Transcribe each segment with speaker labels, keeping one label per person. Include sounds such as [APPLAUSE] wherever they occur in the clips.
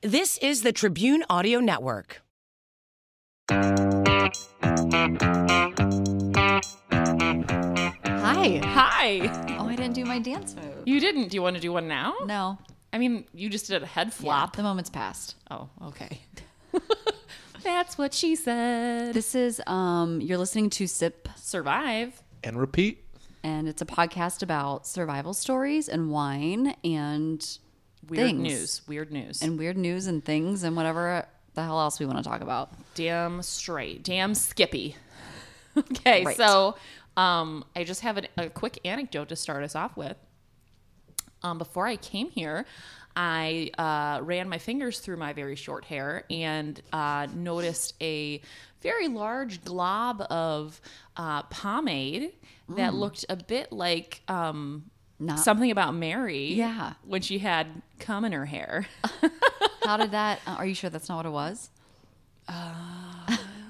Speaker 1: This is the Tribune Audio Network.
Speaker 2: Hi.
Speaker 3: Hi.
Speaker 2: Oh, I didn't do my dance move.
Speaker 3: You didn't. Do you want to do one now?
Speaker 2: No.
Speaker 3: I mean, you just did a head flop.
Speaker 2: Yeah, the moment's passed.
Speaker 3: Oh, okay. That's what she said.
Speaker 2: This is um you're listening to Sip
Speaker 3: Survive.
Speaker 4: and repeat.
Speaker 2: and it's a podcast about survival stories and wine and
Speaker 3: Weird
Speaker 2: things
Speaker 3: news. Weird news. And
Speaker 2: and weird news and things and whatever the hell else we want to talk about.
Speaker 3: damn straight. Damn Skippy. [LAUGHS] okay,
Speaker 2: Right.
Speaker 3: so um, I just have an, a quick anecdote to start us off with. Um, before I came here, I uh, ran my fingers through my very short hair and uh, noticed a very large glob of uh, pomade that looked a bit like um,
Speaker 2: Not-
Speaker 3: something about Mary.
Speaker 2: Uh, Yeah.
Speaker 3: When she had cum in her hair. [LAUGHS]
Speaker 2: How did that uh, are you sure that's not what it was?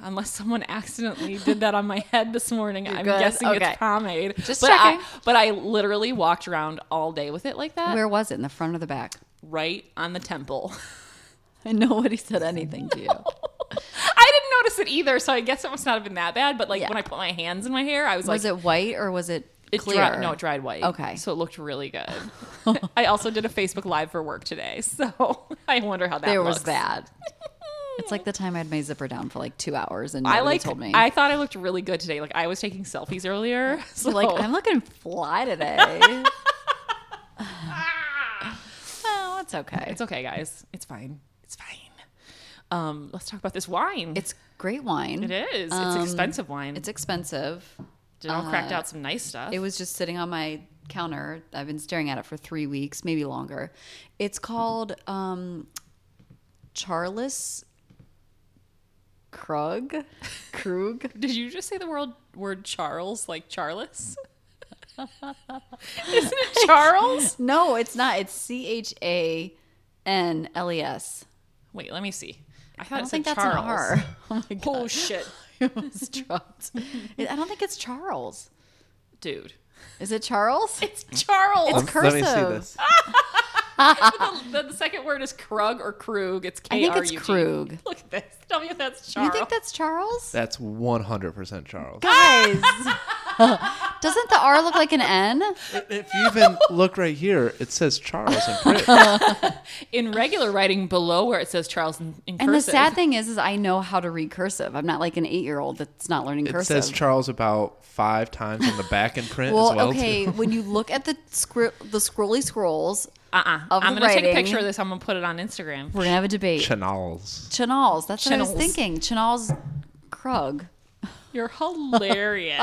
Speaker 3: Unless someone accidentally did that on my head this morning, I'm
Speaker 2: good?
Speaker 3: guessing
Speaker 2: Okay.
Speaker 3: it's pomade.
Speaker 2: Just
Speaker 3: but I,
Speaker 2: checking.
Speaker 3: but I literally walked around all day with it like that,
Speaker 2: Where was it? In the front or the back?
Speaker 3: right on the
Speaker 2: [LAUGHS]
Speaker 3: temple. [LAUGHS]
Speaker 2: And nobody said anything to you.
Speaker 3: I didn't notice it either, so I guess it must not have been that bad. But like
Speaker 2: Yeah.
Speaker 3: when I put my hands in my hair, I
Speaker 2: [LAUGHS]
Speaker 3: was,
Speaker 2: was
Speaker 3: like,
Speaker 2: it white or was it
Speaker 3: it
Speaker 2: clear?
Speaker 3: dried, no,
Speaker 2: [LAUGHS]
Speaker 3: it dried white.
Speaker 2: Okay.
Speaker 3: so it looked
Speaker 2: [LAUGHS]
Speaker 3: really good. I also did a Facebook Live for work today, [LAUGHS] so I wonder how that
Speaker 2: There
Speaker 3: looks.
Speaker 2: was that.
Speaker 3: [LAUGHS]
Speaker 2: It's like the time I had my zipper down for like two hours and nobody
Speaker 3: I like.
Speaker 2: told me.
Speaker 3: I thought I looked really good today. Like I was taking selfies earlier, [LAUGHS] so
Speaker 2: like I'm looking fly [LAUGHS] today. oh, it's okay.
Speaker 3: It's okay, guys. It's fine. It's fine. Um, let's talk about this wine.
Speaker 2: It's great wine.
Speaker 3: it is. It's
Speaker 2: Um,
Speaker 3: expensive wine.
Speaker 2: It's
Speaker 3: It's
Speaker 2: expensive.
Speaker 3: Janelle cracked out some nice stuff.
Speaker 2: It was just sitting on my counter. I've been staring at it for three weeks, maybe longer. It's called um, Charles Krug.
Speaker 3: [LAUGHS]
Speaker 2: Krug.
Speaker 3: Did you just say the word word Charles
Speaker 2: [LAUGHS]
Speaker 3: like Charles? Isn't it Charles?
Speaker 2: No, it's not. It's C H A N L E S.
Speaker 3: Wait, let me see. I thought
Speaker 2: I
Speaker 3: it
Speaker 2: don't
Speaker 3: said
Speaker 2: think that's
Speaker 3: Charles.
Speaker 2: an R. Oh my god.
Speaker 3: [LAUGHS] Oh shit,
Speaker 2: it was dropped. [LAUGHS] I don't think it's Charles.
Speaker 3: dude.
Speaker 2: Is it Charles?
Speaker 3: [LAUGHS] It's Charles.
Speaker 2: It's
Speaker 4: Let- Let me see
Speaker 2: cursive.
Speaker 4: this.
Speaker 3: the, the second word is Krug or Krug. It's
Speaker 2: I
Speaker 3: K
Speaker 2: think
Speaker 3: R U
Speaker 2: it's
Speaker 3: G.
Speaker 2: Krug.
Speaker 3: Look at this. Tell me if that's
Speaker 2: You
Speaker 3: Charles.
Speaker 2: think that's Charles?
Speaker 4: That's 100%
Speaker 2: [LAUGHS]
Speaker 4: Charles.
Speaker 2: Guys. Doesn't the R look like an N?
Speaker 4: If you even [LAUGHS] look right here, it says Charles in
Speaker 2: [LAUGHS]
Speaker 4: print.
Speaker 3: in regular writing below where it says Charles in, in
Speaker 2: And the
Speaker 3: cursive.
Speaker 2: sad thing is, is I know how to read cursive. I'm not like an eight-year-old that's not learning
Speaker 4: It
Speaker 2: cursive.
Speaker 4: says Charles about five times on the back in print
Speaker 2: well,
Speaker 4: as well.
Speaker 2: okay,
Speaker 4: Too.
Speaker 2: when you look at the scri- the scrolly scrolls,
Speaker 3: Uh-uh.
Speaker 2: of
Speaker 3: I'm
Speaker 2: the
Speaker 3: gonna take a
Speaker 2: writing.
Speaker 3: picture of this. I'm gonna put it on Instagram.
Speaker 2: we're gonna have a debate.
Speaker 4: Chanals.
Speaker 2: Chanel's. That's what I was
Speaker 3: Chanel's.
Speaker 2: thinking. Chanel's Krug.
Speaker 3: You're
Speaker 2: [LAUGHS]
Speaker 3: hilarious.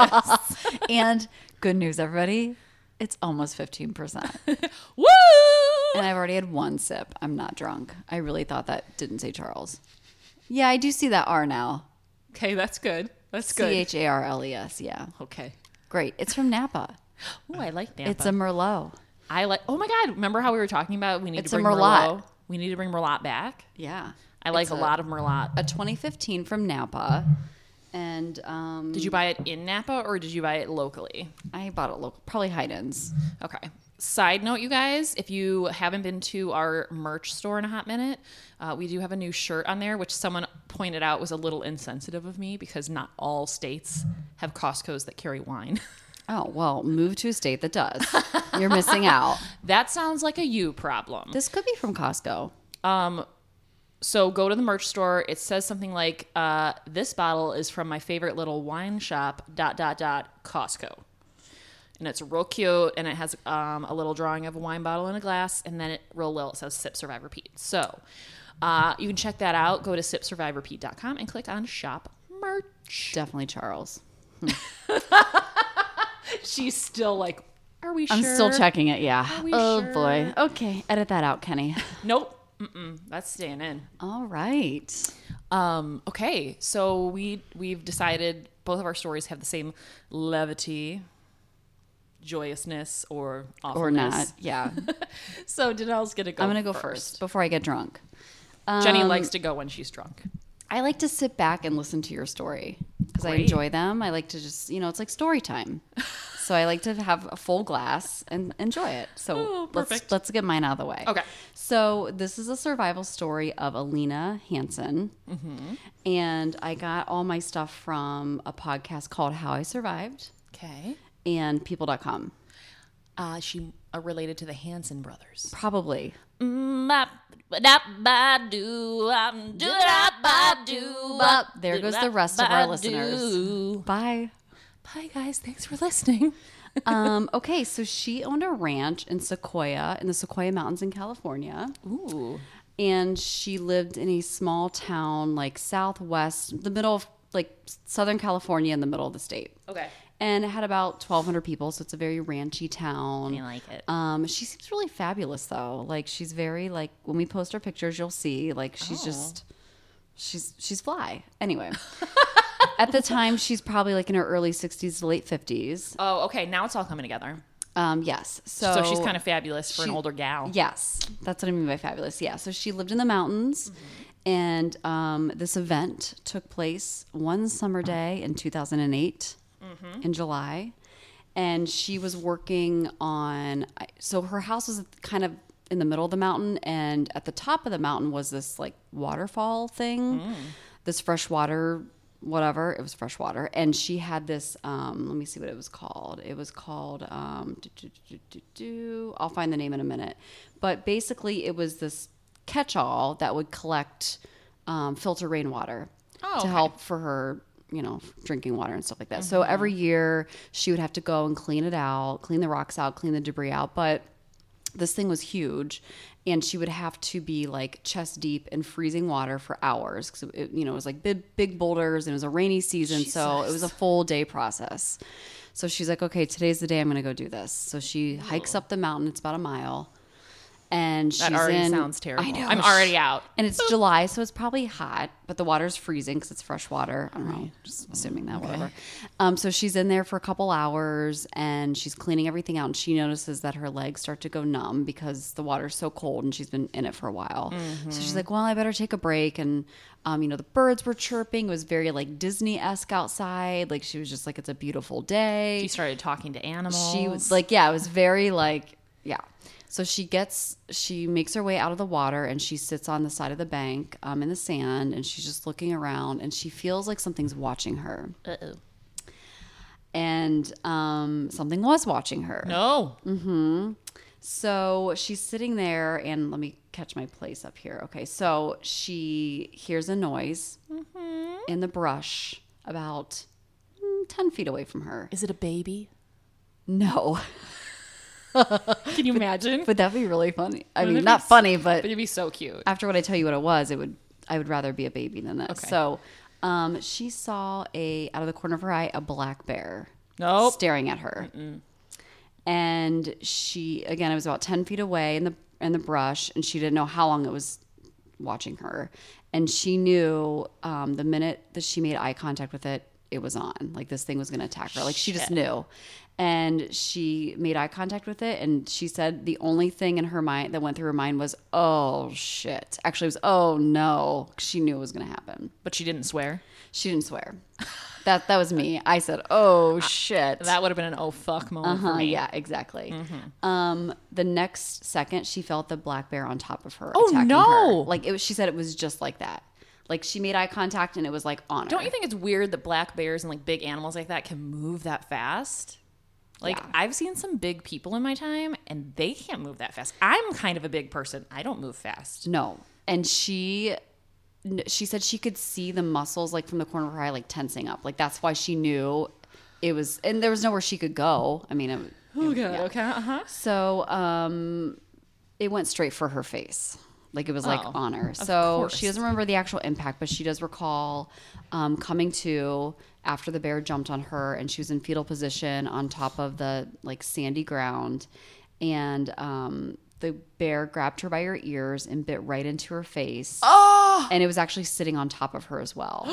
Speaker 2: and good news, everybody, it's almost fifteen percent.
Speaker 3: Woo!
Speaker 2: And I've already had one sip. I'm not drunk. I really thought that didn't say Charles. Yeah, I do see that R now.
Speaker 3: Okay, that's good. That's
Speaker 2: C
Speaker 3: good.
Speaker 2: H A R L E S. Yeah.
Speaker 3: okay.
Speaker 2: Great. It's from Napa.
Speaker 3: Oh, I like Napa.
Speaker 2: It's a Merlot.
Speaker 3: I like. Oh my God! Remember how we were talking about we need
Speaker 2: It's a
Speaker 3: to bring
Speaker 2: Merlot.
Speaker 3: Merlot. We need to bring Merlot back.
Speaker 2: Yeah.
Speaker 3: I like
Speaker 2: It's
Speaker 3: a, lot of Merlot.
Speaker 2: A 2015 from Napa. And um,
Speaker 3: Did you buy it in Napa or did you buy it locally?
Speaker 2: I bought it local, probably Hayden's.
Speaker 3: Okay. Side note, you guys, if you haven't been to our merch store in a hot minute, uh, we do have a new shirt on there, which someone pointed out was a little insensitive of me because not all states have Costco's that carry wine. [LAUGHS]
Speaker 2: Oh, well, move to a state that [LAUGHS] does. You're missing out.
Speaker 3: that sounds like a you problem.
Speaker 2: This could be from Costco.
Speaker 3: so go to the merch store it says something like uh, this bottle is from my favorite little wine shop dot dot dot costco and it's real cute and it has um, a little drawing of a wine bottle in a glass and then it real little it says sip survive repeat so uh, you can check that out go to sipsurviverepeat.com and click on shop merch
Speaker 2: Definitely Charles.
Speaker 3: she's still like are we
Speaker 2: I'm
Speaker 3: sure
Speaker 2: still checking it. Yeah.
Speaker 3: we
Speaker 2: Oh,
Speaker 3: sure?
Speaker 2: boy. Okay. Edit that out, [LAUGHS] Kenny.
Speaker 3: nope Mm-mm, that's staying in
Speaker 2: All right.
Speaker 3: Um, okay, so we we've decided both of our stories have the same levity, joyousness, or awfulness.
Speaker 2: or not. [LAUGHS] Yeah.
Speaker 3: [LAUGHS] So Danelle's gonna go.
Speaker 2: I'm going to go Um, first. before I get drunk.
Speaker 3: Jenny likes to go when she's drunk.
Speaker 2: I like to sit back and listen to your story because I
Speaker 3: Great.
Speaker 5: [LAUGHS]
Speaker 2: enjoy them. I like to just, you know, it's like story time. So I like to have a full glass and enjoy it. So
Speaker 5: Oh,
Speaker 2: let's
Speaker 5: perfect.
Speaker 2: let's get mine out of the way.
Speaker 5: Okay.
Speaker 2: So this is a survival story of Alina Hansen,
Speaker 5: Mm-hmm.
Speaker 2: and I got all my stuff from a podcast called How I Survived
Speaker 5: Okay.
Speaker 2: and People.com.
Speaker 5: Uh, she uh, related to the Hanson brothers.
Speaker 2: Probably there goes the rest of our listeners. Bye.
Speaker 5: Bye, guys. Thanks for listening.
Speaker 2: um, okay, so she owned a ranch in Sequoia, in the Sequoia Mountains in California.
Speaker 5: Ooh.
Speaker 2: And she lived in a small town, like southwest, the middle of like Southern California, in the middle of the state.
Speaker 5: Okay.
Speaker 2: And it had about 1,200 people, so it's a very ranchy town.
Speaker 5: I like it.
Speaker 3: Uh,
Speaker 2: Um, she seems really fabulous though. Like she's very like when we post her pictures, you'll see like
Speaker 5: Oh.
Speaker 2: she's just she's she's fly. Anyway, [LAUGHS] at the time she's probably like in her early 60s to late 50s.
Speaker 5: Oh, okay. Now it's all coming together.
Speaker 2: Um, yes, so
Speaker 5: So, she's kind of fabulous for an
Speaker 2: she-
Speaker 5: older gal.
Speaker 2: Yes, that's what I mean by fabulous. Yeah, so she lived in the mountains,
Speaker 5: Mm-hmm.
Speaker 2: and um, this event took place one summer day in 2008
Speaker 5: Mm-hmm.
Speaker 2: in July, and she was working on. I- So her house was kind of in the middle of the mountain, and at the top of the mountain was this like waterfall thing,
Speaker 5: Mm.
Speaker 2: this freshwater. Whatever it was, freshwater, and she had this. Um, let me see what it was called. It was called. Um, do, do, do, do, do. I'll find the name in a minute, but basically it was this catch-all that would collect um, filter rainwater
Speaker 5: Oh,
Speaker 2: to
Speaker 5: okay.
Speaker 2: help for her, you know, drinking water and stuff like that.
Speaker 5: Mm-hmm.
Speaker 2: So every year she would have to go and clean it out, clean the rocks out, clean the debris out. But this thing was huge, and she would have to be like chest deep in freezing water for hours because it, you know, it was like big, big boulders and it was a rainy season, so it was a full day process. So she's like, okay, today's the day I'm going to go do this. So she hikes up the mountain. It's about a mile. And she's
Speaker 5: That already
Speaker 2: in-
Speaker 5: sounds terrible.
Speaker 2: I know.
Speaker 5: I'm already out.
Speaker 2: And it's July, so it's probably hot, but the water's freezing because it's fresh water. I don't know, just assuming that, whatever. Um, so she's in there for a couple hours and she's cleaning everything out, and she notices that her legs start to go numb because the water's so cold and she's been in it for a while. So she's like, Well, I better take a break. And, um, you know, the birds were chirping. It was very like Disney esque outside. Like she was just like, It's a beautiful day.
Speaker 5: She started talking to animals.
Speaker 2: She was like, yeah, it was very like, yeah. So she gets, she makes her way out of the water and she sits on the side of the bank um, in the sand and she's just looking around and she feels like something's watching her.
Speaker 5: uh oh.
Speaker 2: And um, something was watching her.
Speaker 5: No.
Speaker 2: So she's sitting there, and let me catch my place up here. Okay, so she hears a noise in the brush about mm, 10 feet away from her.
Speaker 5: Is it a baby?
Speaker 2: No. [LAUGHS]
Speaker 5: Can you imagine?
Speaker 2: Would that be really funny? I mean,
Speaker 5: it'd be
Speaker 2: not
Speaker 5: s-
Speaker 2: funny, but
Speaker 5: It'd be so cute.
Speaker 2: after what I tell you what it was, it would I would rather be a baby than this.
Speaker 5: Okay.
Speaker 2: So um, she saw a out of the corner of her eye a black bear
Speaker 3: Oh.
Speaker 5: Nope.
Speaker 2: staring at her, and she again it was about ten feet away in the in the brush, and she didn't know how long it was watching her, and she knew um, the minute that she made eye contact with it, it was on like this thing was going to attack her. Like she just knew. And she made eye contact with it, and she said the only thing in her mind that went through her mind was, "Oh shit!" Actually, it was, "Oh no!" She knew it was going to happen.
Speaker 5: But she didn't swear.
Speaker 2: She didn't swear. That that was me. I said, "Oh shit!"
Speaker 5: That would have been an oh fuck moment
Speaker 2: Uh,
Speaker 5: for me. Mm-hmm.
Speaker 2: yeah, exactly. Um, the next second, she felt the black bear on top of her. Oh attacking Her.
Speaker 5: no.
Speaker 2: Like it was, she said, it was just like that. Like she made eye contact, and it was like on.
Speaker 5: Don't
Speaker 2: her.
Speaker 5: you think it's weird that black bears and like big animals like that can move that fast? Like I've seen some big people in my time and they can't move that fast. I'm kind of a big person. I don't move fast.
Speaker 2: No. And she n- she said she could see the muscles like from the corner of her eye like tensing up. Like that's why she knew it was and there was nowhere she could go. I mean, it,
Speaker 5: Oh god. Okay. Uh-huh.
Speaker 2: so um it went straight for her face. Like it was like
Speaker 5: Oh,
Speaker 2: on her. So
Speaker 5: course.
Speaker 2: she doesn't remember the actual impact, but she does recall um, coming to after the bear jumped on her and she was in fetal position on top of the like sandy ground. And um, the bear grabbed her by her ears and bit right into her face. Oh!
Speaker 5: Ah!
Speaker 2: And it was actually sitting on top of her as well.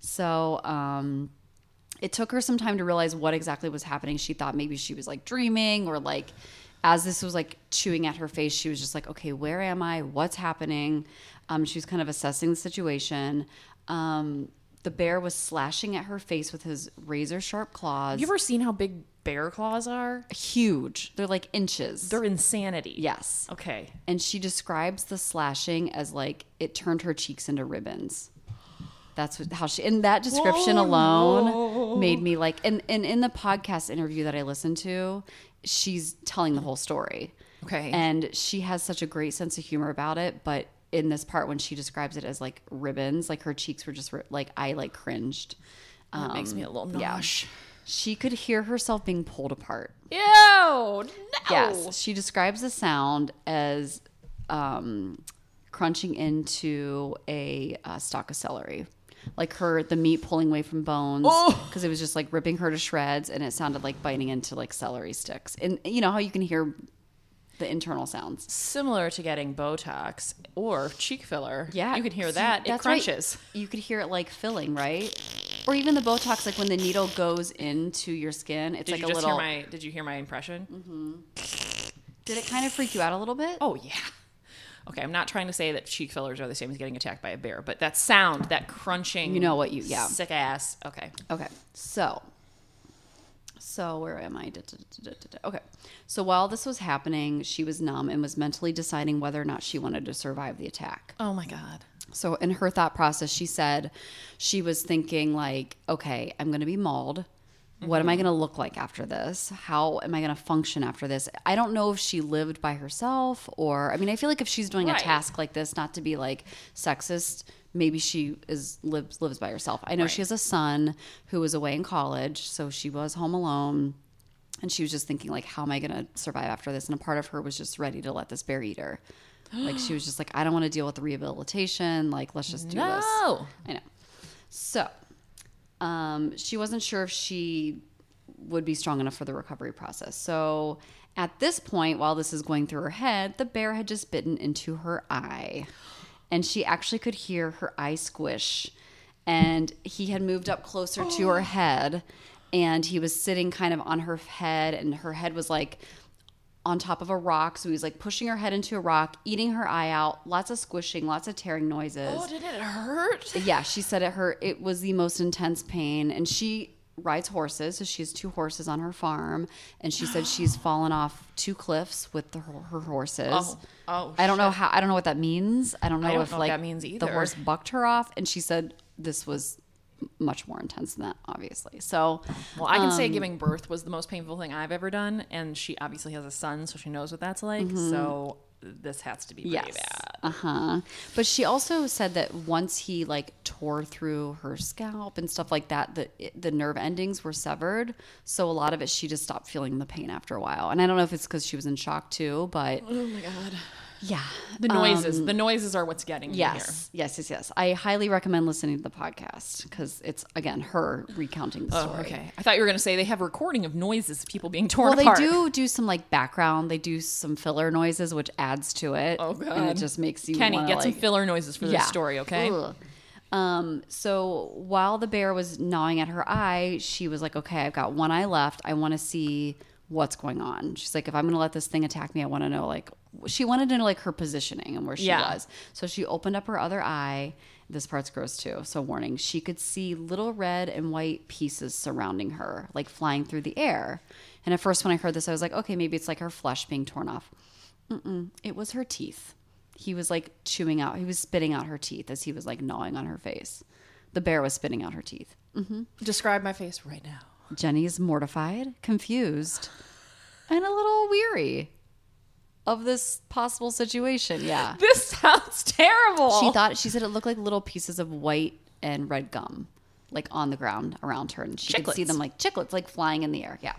Speaker 2: so um, it took her some time to realize what exactly was happening. She thought maybe she was like dreaming or like as this was like chewing at her face, she was just like, okay, where am I? What's happening? Um, she was kind of assessing the situation. Um, the bear was slashing at her face with his razor sharp claws.
Speaker 5: You ever seen how big bear claws are?
Speaker 2: Huge. They're like inches.
Speaker 5: They're insanity.
Speaker 2: yes.
Speaker 5: Okay.
Speaker 2: And she describes the slashing as like it turned her cheeks into ribbons. That's what, how she, and that description alone made me like, and, and in the podcast interview that I listened to, she's telling the whole story.
Speaker 5: Okay.
Speaker 2: And she has such a great sense of humor about it. But in this part, when she describes it as like ribbons, like her cheeks were just ri- like, I like cringed.
Speaker 5: That makes me a little
Speaker 2: yeah.
Speaker 5: nosh.
Speaker 2: She could hear herself being pulled apart.
Speaker 5: Ew. No.
Speaker 2: Yes, she describes the sound as um, crunching into a uh, stalk of celery, like her the meat pulling away from bones
Speaker 5: Oh.
Speaker 2: because it was just like ripping her to shreds, and it sounded like biting into like celery sticks. And you know how you can hear the internal sounds.
Speaker 5: Similar to getting Botox or cheek filler.
Speaker 2: Yeah,
Speaker 5: You can hear
Speaker 2: see,
Speaker 5: that. It
Speaker 2: that's right.
Speaker 5: crunches.
Speaker 2: You could hear it like filling, right? Or even the Botox, like when the needle goes into your skin, it's
Speaker 5: Did
Speaker 2: like
Speaker 5: you
Speaker 2: a
Speaker 5: just
Speaker 2: little.
Speaker 5: hear my did you hear my impression?
Speaker 2: Did it kind of freak you out a little bit?
Speaker 5: Oh yeah. Okay, I'm not trying to say that cheek fillers are the same as getting attacked by a bear, but that sound, that crunching
Speaker 2: You know what you- yeah.
Speaker 5: sick ass. Okay.
Speaker 2: Okay, so so where am I? Da, da, da, da, da, da. Okay, so while this was happening, she was numb and was mentally deciding whether or not she wanted to survive the attack.
Speaker 5: Oh my god.
Speaker 2: So in her thought process, she said she was thinking like, okay, I'm going to be mauled. What am I going to look like after this? How am I going to function after this? I don't know if she lived by herself or I mean, I feel like if she's doing
Speaker 5: Right.
Speaker 2: a task like this, not to be like sexist, maybe she is lives lives by herself. I know she has a son who was away in college, so she was home alone. And she was just thinking, like, how am I going to survive after this? And a part of her was just ready to let this bear eat her. Like, she was just like, I don't want to deal with the rehabilitation. Like, let's just do this.
Speaker 5: No.
Speaker 2: I know. So, um, she wasn't sure if she would be strong enough for the recovery process. So, at this point, while this is going through her head, the bear had just bitten into her eye. And she actually could hear her eye squish. And he had moved up closer to her head. And he was sitting kind of on her head. And her head was like on top of a rock. So he was like pushing her head into a rock, eating her eye out, lots of squishing, lots of tearing noises
Speaker 5: Oh, did it hurt?
Speaker 2: yeah, she said it her it was the most intense pain and she rides horses, so she has two horses on her farm and she said
Speaker 5: [GASPS]
Speaker 2: she's fallen off two cliffs with the, her horses.
Speaker 5: Oh, oh,
Speaker 2: I don't know how I don't know what that means. I don't know
Speaker 5: don't
Speaker 2: if
Speaker 5: know what
Speaker 2: like
Speaker 5: that means
Speaker 2: the
Speaker 5: either.
Speaker 2: horse bucked her off and she said this was m- much more intense than that obviously. So
Speaker 5: Well, I can say giving birth was the most painful thing I've ever done, and she obviously has a son, so she knows what that's like. So this has to be pretty bad.
Speaker 2: Uh huh. But she also said that once he like tore through her scalp and stuff like that, the the nerve endings were severed. So a lot of it, she just stopped feeling the pain after a while. And I don't know if it's because she was in shock too, but
Speaker 5: Oh my god. Um,
Speaker 2: yeah.
Speaker 5: The noises. the noises are what's getting me here.
Speaker 2: Yes, yes, yes, yes. I highly recommend listening to the podcast because it's again her recounting the
Speaker 5: Oh,
Speaker 2: story.
Speaker 5: okay. I thought you were going to say they have a recording of noises of people being torn
Speaker 2: Well,
Speaker 5: apart.
Speaker 2: they do do some like background. They do some filler noises, which adds to it.
Speaker 5: Oh,
Speaker 2: And
Speaker 5: God.
Speaker 2: it just makes you
Speaker 5: Kenny,
Speaker 2: wanna,
Speaker 5: get some
Speaker 2: like-
Speaker 5: filler noises for this story, okay?
Speaker 2: Ugh. Um, so while the bear was gnawing at her eye, she was like, okay, I've got one eye left. I want to see what's going on. She's like, if I'm going to let this thing attack me, I want to know, like, she wanted to know, like, her positioning and where she
Speaker 5: Yeah.
Speaker 2: was. So she opened up her other eye. This part's gross too. So, warning, she could see little red and white pieces surrounding her, like flying through the air. And at first, when I heard this, I was like, okay, maybe it's like her flesh being torn off. Mm-mm, it was her teeth. He was like chewing out, he was spitting out her teeth as he was like gnawing on her face. The bear was spitting out her teeth.
Speaker 5: Describe my face right now.
Speaker 2: Jenny is mortified, confused, and a little weary of this possible situation. Yeah.
Speaker 5: This [LAUGHS] sounds terrible.
Speaker 2: She thought, she said it looked like little pieces of white and red gum, like on the ground around her. And she could see
Speaker 5: Chiclets.
Speaker 2: them like chiclets, like flying in the air. Yeah.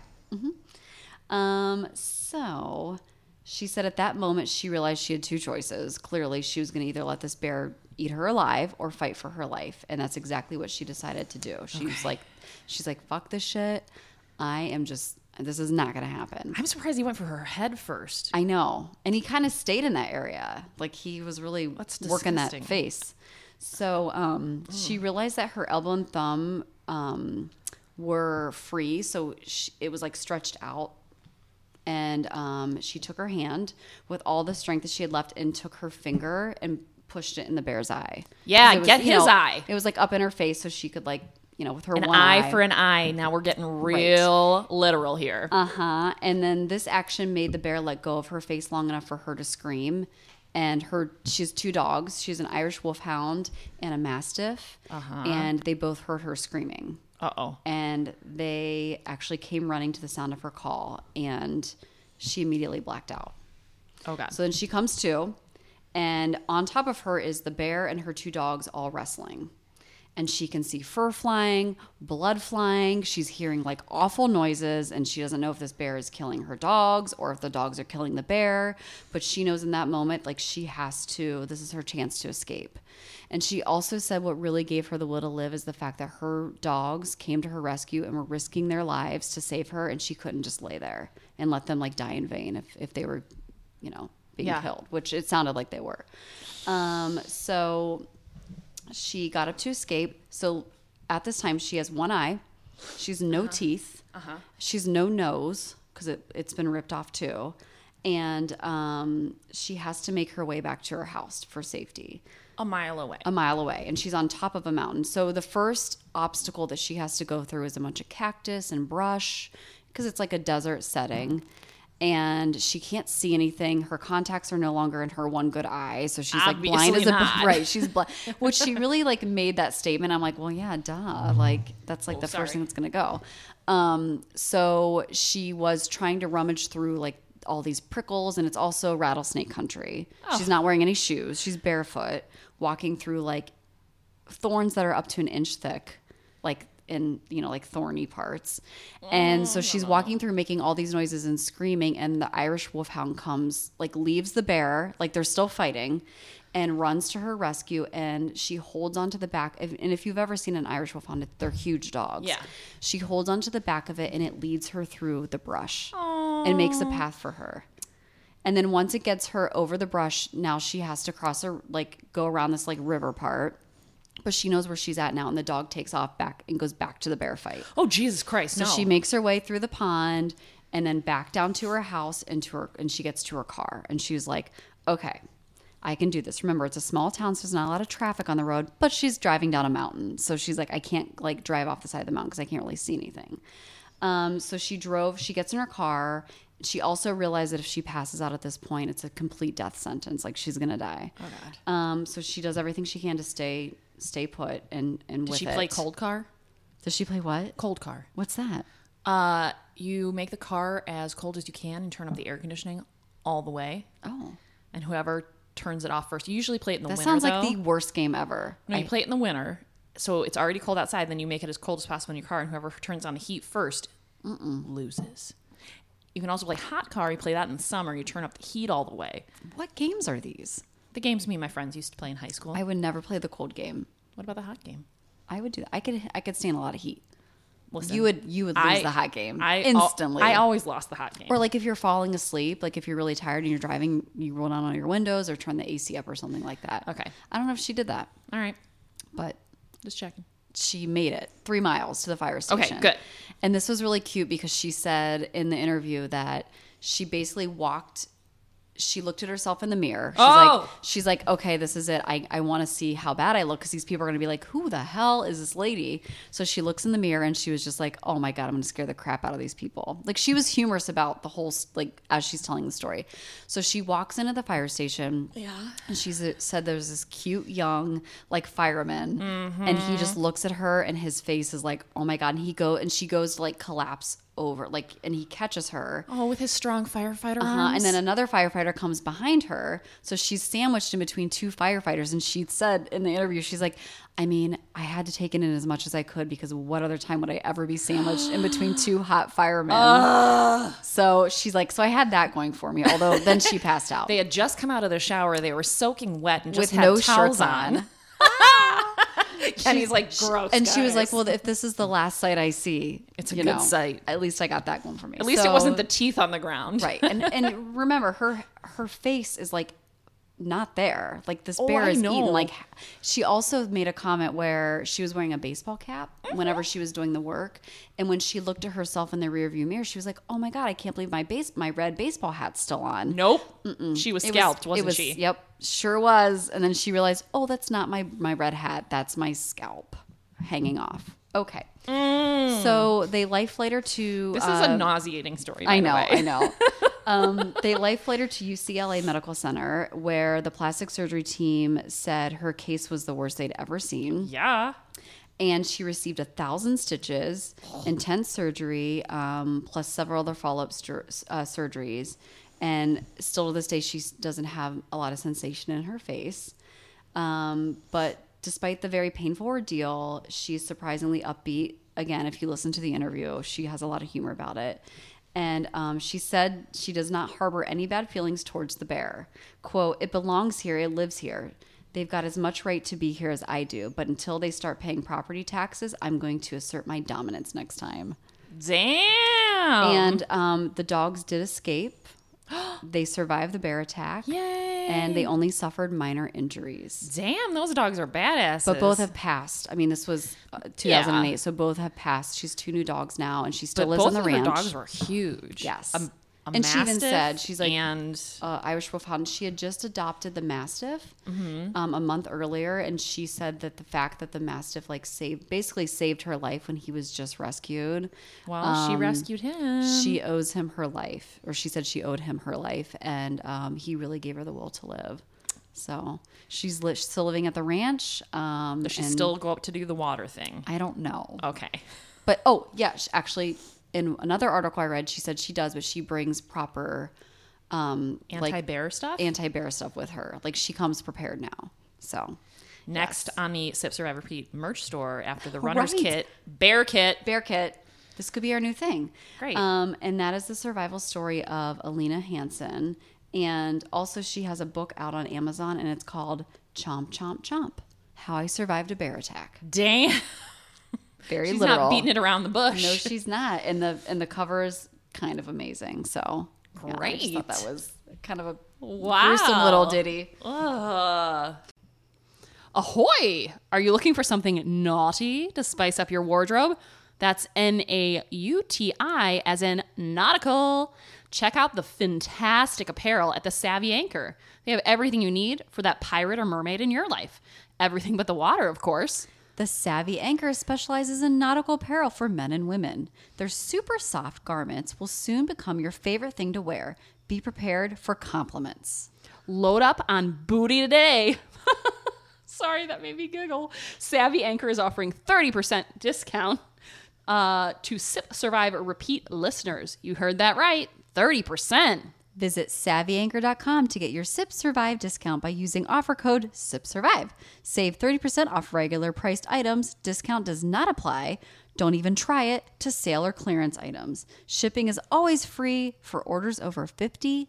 Speaker 2: Um, so she said at that moment she realized she had two choices. Clearly, she was going to either let this bear eat her alive or fight for her life, and that's exactly what she decided to do. She was like, she's like, "Fuck this shit. I am just. This is not going to happen."
Speaker 5: I'm surprised he went for her head first.
Speaker 2: I know. And he kind of stayed in that area. Like he was really
Speaker 5: That's
Speaker 2: working that
Speaker 5: disgusting. Mm.
Speaker 2: face. So um, she realized that her elbow and thumb um, were free. So sh it was like stretched out. And um, she took her hand with all the strength that she had left and took her finger and pushed it in the bear's eye.
Speaker 5: Yeah,
Speaker 2: 'Cause it
Speaker 5: get his eye.
Speaker 2: It was like up in her face so she could like you know, with her
Speaker 5: An
Speaker 2: one
Speaker 5: eye for an eye. Now we're getting real literal here.
Speaker 2: Uh huh. And then this action made the bear let go of her face long enough for her to scream. And her, she has two dogs. She's an Irish Wolfhound and a Mastiff. And they both heard her screaming.
Speaker 5: Uh oh.
Speaker 2: And they actually came running to the sound of her call. And she immediately blacked out.
Speaker 5: Oh god.
Speaker 2: So then she comes to, and on top of her is the bear and her two dogs all wrestling. And she can see fur flying, blood flying. She's hearing like awful noises, and she doesn't know if this bear is killing her dogs or if the dogs are killing the bear. But she knows in that moment, like, she has to, this is her chance to escape. And she also said what really gave her the will to live is the fact that her dogs came to her rescue and were risking their lives to save her, and she couldn't just lay there and let them like die in vain if, if they were you know, being
Speaker 5: Yeah.
Speaker 2: killed, which it sounded like they were. Um, so she got up to escape. So at this time, she has one eye, she's no teeth, she's no nose because it, it's been ripped off too. And um, she has to make her way back to her house for safety
Speaker 5: a mile away.
Speaker 2: a mile away and she's on top of a mountain. So the first obstacle that she has to go through is a bunch of cactus and brush because it's like a desert setting. And she can't see anything. Her contacts are no longer in her one good eye, so she's like blind as a
Speaker 5: Obviously
Speaker 2: [LAUGHS]
Speaker 5: not.
Speaker 2: right. She's blind, which she really like made that statement. I'm like, well, yeah, duh. Like that's like the
Speaker 5: Oh, sorry.
Speaker 2: first thing that's gonna go. Um, so she was trying to rummage through like all these prickles, and it's also rattlesnake country.
Speaker 5: Oh.
Speaker 2: She's not wearing any shoes. She's barefoot, walking through like thorns that are up to an inch thick, like in you know like thorny parts. And so she's walking through, making all these noises and screaming. And the Irish wolfhound comes, like leaves the bear, like they're still fighting, and runs to her rescue. And she holds onto the back. Of, and if you've ever seen an Irish wolfhound, they're huge dogs.
Speaker 5: Yeah.
Speaker 2: She holds onto the back of it, and it leads her through the brush and makes a path for her. And then once it gets her over the brush, now she has to cross her like go around this like river part. But she knows where she's at now, and the dog takes off back and goes back to the bear fight.
Speaker 5: oh Jesus Christ!
Speaker 2: So
Speaker 5: no.
Speaker 2: she makes her way through the pond and then back down to her house and to her and she gets to her car and she's like, "Okay, I can do this." Remember, it's a small town, so there's not a lot of traffic on the road, but she's driving down a mountain. So she's like, "I can't like drive off the side of the mountain cuz I can't really see anything." Um, so she drove, she gets in her car. She also realized that if she passes out at this point, it's a complete death sentence. Like she's gonna die. Oh God. Um, so she does everything she can to stay, stay put, and and
Speaker 5: Does
Speaker 2: with
Speaker 5: she play
Speaker 2: it.
Speaker 5: cold car?
Speaker 2: Does she play what?
Speaker 5: Cold car.
Speaker 2: What's that?
Speaker 5: Uh, you make the car as cold as you can and turn up the air conditioning all the way.
Speaker 2: Oh.
Speaker 5: And whoever turns it off first, you usually play it in the
Speaker 2: That
Speaker 5: winter.
Speaker 2: sounds like
Speaker 5: though.
Speaker 2: the worst game ever.
Speaker 5: No, you play it in the winter, so it's already cold outside. Then you make it as cold as possible in your car, and whoever turns on the heat 1st loses. You can also play hot car. You play that in the summer. You turn up the heat all the way.
Speaker 2: What games are these?
Speaker 5: The games me and my friends used to play in high school.
Speaker 2: I would never play the cold game.
Speaker 5: what about the hot game?
Speaker 2: I would do that. I could I could stand a lot of heat.
Speaker 5: Listen,
Speaker 2: You would you would lose
Speaker 5: I-
Speaker 2: the hot game
Speaker 5: I al-
Speaker 2: instantly.
Speaker 5: I always lost the hot game.
Speaker 2: or like if you're falling asleep, like if you're really tired and you're driving, you roll down all your windows or turn the AC up or something like that.
Speaker 5: Okay.
Speaker 2: I don't know if she did that,
Speaker 5: all right,
Speaker 2: but
Speaker 5: just checking.
Speaker 2: she made it three miles to the fire
Speaker 5: Okay,
Speaker 2: station.
Speaker 5: good.
Speaker 2: And this was really cute because she said in the interview that she basically walked. She looked at herself in the mirror. She's
Speaker 5: Oh!
Speaker 2: like, she's like, okay, this is it. I, I want to see how bad I look because these people are going to be like, who the hell is this lady? So she looks in the mirror and she was just like, oh my God, I'm going to scare the crap out of these people. Like she was humorous about the whole, s- like as she's telling the story. So she walks into the fire station. Yeah. And she said there's this cute young like fireman and he just looks at her and his face is like, oh my God. And he go and she goes to like collapse over like, and he catches her.
Speaker 5: Oh, with his strong firefighter
Speaker 2: Uh-huh. And then another firefighter comes behind her. So she's sandwiched in between two firefighters. And she said in the interview, she's like, I mean, I had to take it in as much as I could because what other time would I ever be sandwiched in
Speaker 5: [GASPS]
Speaker 2: between two hot firemen? So she's like, So I had that going for me. Although then she passed out
Speaker 5: [LAUGHS] they had just come out of the shower. They were soaking wet and
Speaker 2: with
Speaker 5: just had
Speaker 2: no
Speaker 5: towels
Speaker 2: shirts on.
Speaker 5: [LAUGHS] And he's like, gross.
Speaker 2: And she was like,
Speaker 5: guys."
Speaker 2: Well, if this is the last sight I see,
Speaker 5: It's a
Speaker 2: you
Speaker 5: good sight.
Speaker 2: At least I got that going for me.
Speaker 5: at least it wasn't the teeth on the ground.
Speaker 2: right and and remember her her face is like not there like this bear
Speaker 5: Oh, I
Speaker 2: is
Speaker 5: know.
Speaker 2: eaten like she also made a comment where she was wearing a baseball cap
Speaker 5: Mm-hmm.
Speaker 2: whenever she was doing the work and when she looked at herself in the rearview mirror she was like oh my god i can't believe my base my red baseball hat's still on
Speaker 5: Nope. She was
Speaker 2: It
Speaker 5: scalped,
Speaker 2: it
Speaker 5: was, not
Speaker 2: was-
Speaker 5: she?
Speaker 2: yep sure was and then she realized oh that's not my my red hat that's my scalp hanging off Okay. So they life flight her to.
Speaker 5: Mm. This is
Speaker 2: uh,
Speaker 5: a nauseating story. by
Speaker 2: I
Speaker 5: the
Speaker 2: know,
Speaker 5: way.
Speaker 2: I
Speaker 5: [LAUGHS]
Speaker 2: know. um, they life flighted to UCLA Medical Center, where the plastic surgery team said her case was the worst they'd ever seen,
Speaker 5: Yeah.
Speaker 2: and she received a thousand
Speaker 5: [SIGHS]
Speaker 2: stitches, intense surgery, um, plus several other follow-up stur- uh, surgeries, and still to this day she s- doesn't have a lot of sensation in her face. Um, but despite the very painful ordeal, she's surprisingly upbeat. Again, if you listen to the interview, she has a lot of humor about it. And um, she said she does not harbor any bad feelings towards the bear. Quote, it belongs here, it lives here. They've got as much right to be here as I do, but until they start paying property taxes, I'm going to assert my dominance next time.
Speaker 5: Damn.
Speaker 2: And um, the dogs did escape. they survived the bear attack.
Speaker 5: Yay.
Speaker 2: And they only suffered minor injuries.
Speaker 5: Damn, those dogs are badasses.
Speaker 2: But both have passed. I mean, this was uh, 2008, so both have passed. She's two new dogs now, and she still
Speaker 5: But
Speaker 2: lives
Speaker 5: both
Speaker 2: on the
Speaker 5: of
Speaker 2: ranch.
Speaker 5: Her dogs were huge.
Speaker 2: Yes.
Speaker 5: A, a
Speaker 2: And she even
Speaker 5: Mastiff
Speaker 2: said, she's like,
Speaker 5: and
Speaker 2: uh, Irish Wolfhound. She had just adopted the Mastiff
Speaker 5: Mm-hmm.
Speaker 2: um, a month earlier, and she said that the fact that the Mastiff like saved, basically saved her life when he was just rescued. um,
Speaker 5: well, she rescued him.
Speaker 2: She owes him her life, or she said she owed him her life, and um, he really gave her the will to live. So she's li- she's still living at the ranch. Um,
Speaker 5: Does she
Speaker 2: and
Speaker 5: still go up to do the water thing?
Speaker 2: I don't know.
Speaker 5: Okay.
Speaker 2: But oh yeah, sh actually, in another article I read, she said she does, but she brings proper um,
Speaker 5: Anti
Speaker 2: like,
Speaker 5: bear stuff?
Speaker 2: anti bear stuff with her. Like she comes prepared now. So
Speaker 5: Next on the Sip Survivor Repeat merch store after the runner's
Speaker 2: Right.
Speaker 5: kit, bear kit.
Speaker 2: bear kit. This could be our new thing.
Speaker 5: Great.
Speaker 2: Um, and that is the survival story of Alina Hansen. And also, she has a book out on Amazon, and it's called Chomp Chomp Chomp: How I Survived a Bear Attack.
Speaker 5: Damn. [LAUGHS]
Speaker 2: Very
Speaker 5: She's
Speaker 2: literal.
Speaker 5: not beating it around the bush. [LAUGHS]
Speaker 2: No, she's not. And the and the cover is kind of amazing. So yeah, I just thought
Speaker 5: Great.
Speaker 2: that was kind of a
Speaker 5: Wow.
Speaker 2: gruesome little ditty.
Speaker 5: Ugh. Ahoy! Are you looking for something naughty to spice up your wardrobe? That's N A U T I, as in nautical. Check out the fantastic apparel at the Savvy Anchor. They have everything you need for that pirate or mermaid in your life. Everything but the water, of course.
Speaker 2: The Savvy Anchor specializes in nautical apparel for men and women. Their super soft garments will soon become your favorite thing to wear. Be prepared for compliments.
Speaker 5: Load up on booty today. [LAUGHS] Sorry, that made me giggle. Savvy Anchor is offering 30% discount uh, to Sip Survive Repeat listeners. You heard that right 30%.
Speaker 2: Visit savvyanchor.com to get your SIP Survive discount by using offer code SIP Survive. Save 30% off regular priced items. Discount does not apply. Don't even try it to sale or clearance items. Shipping is always free for orders over $50.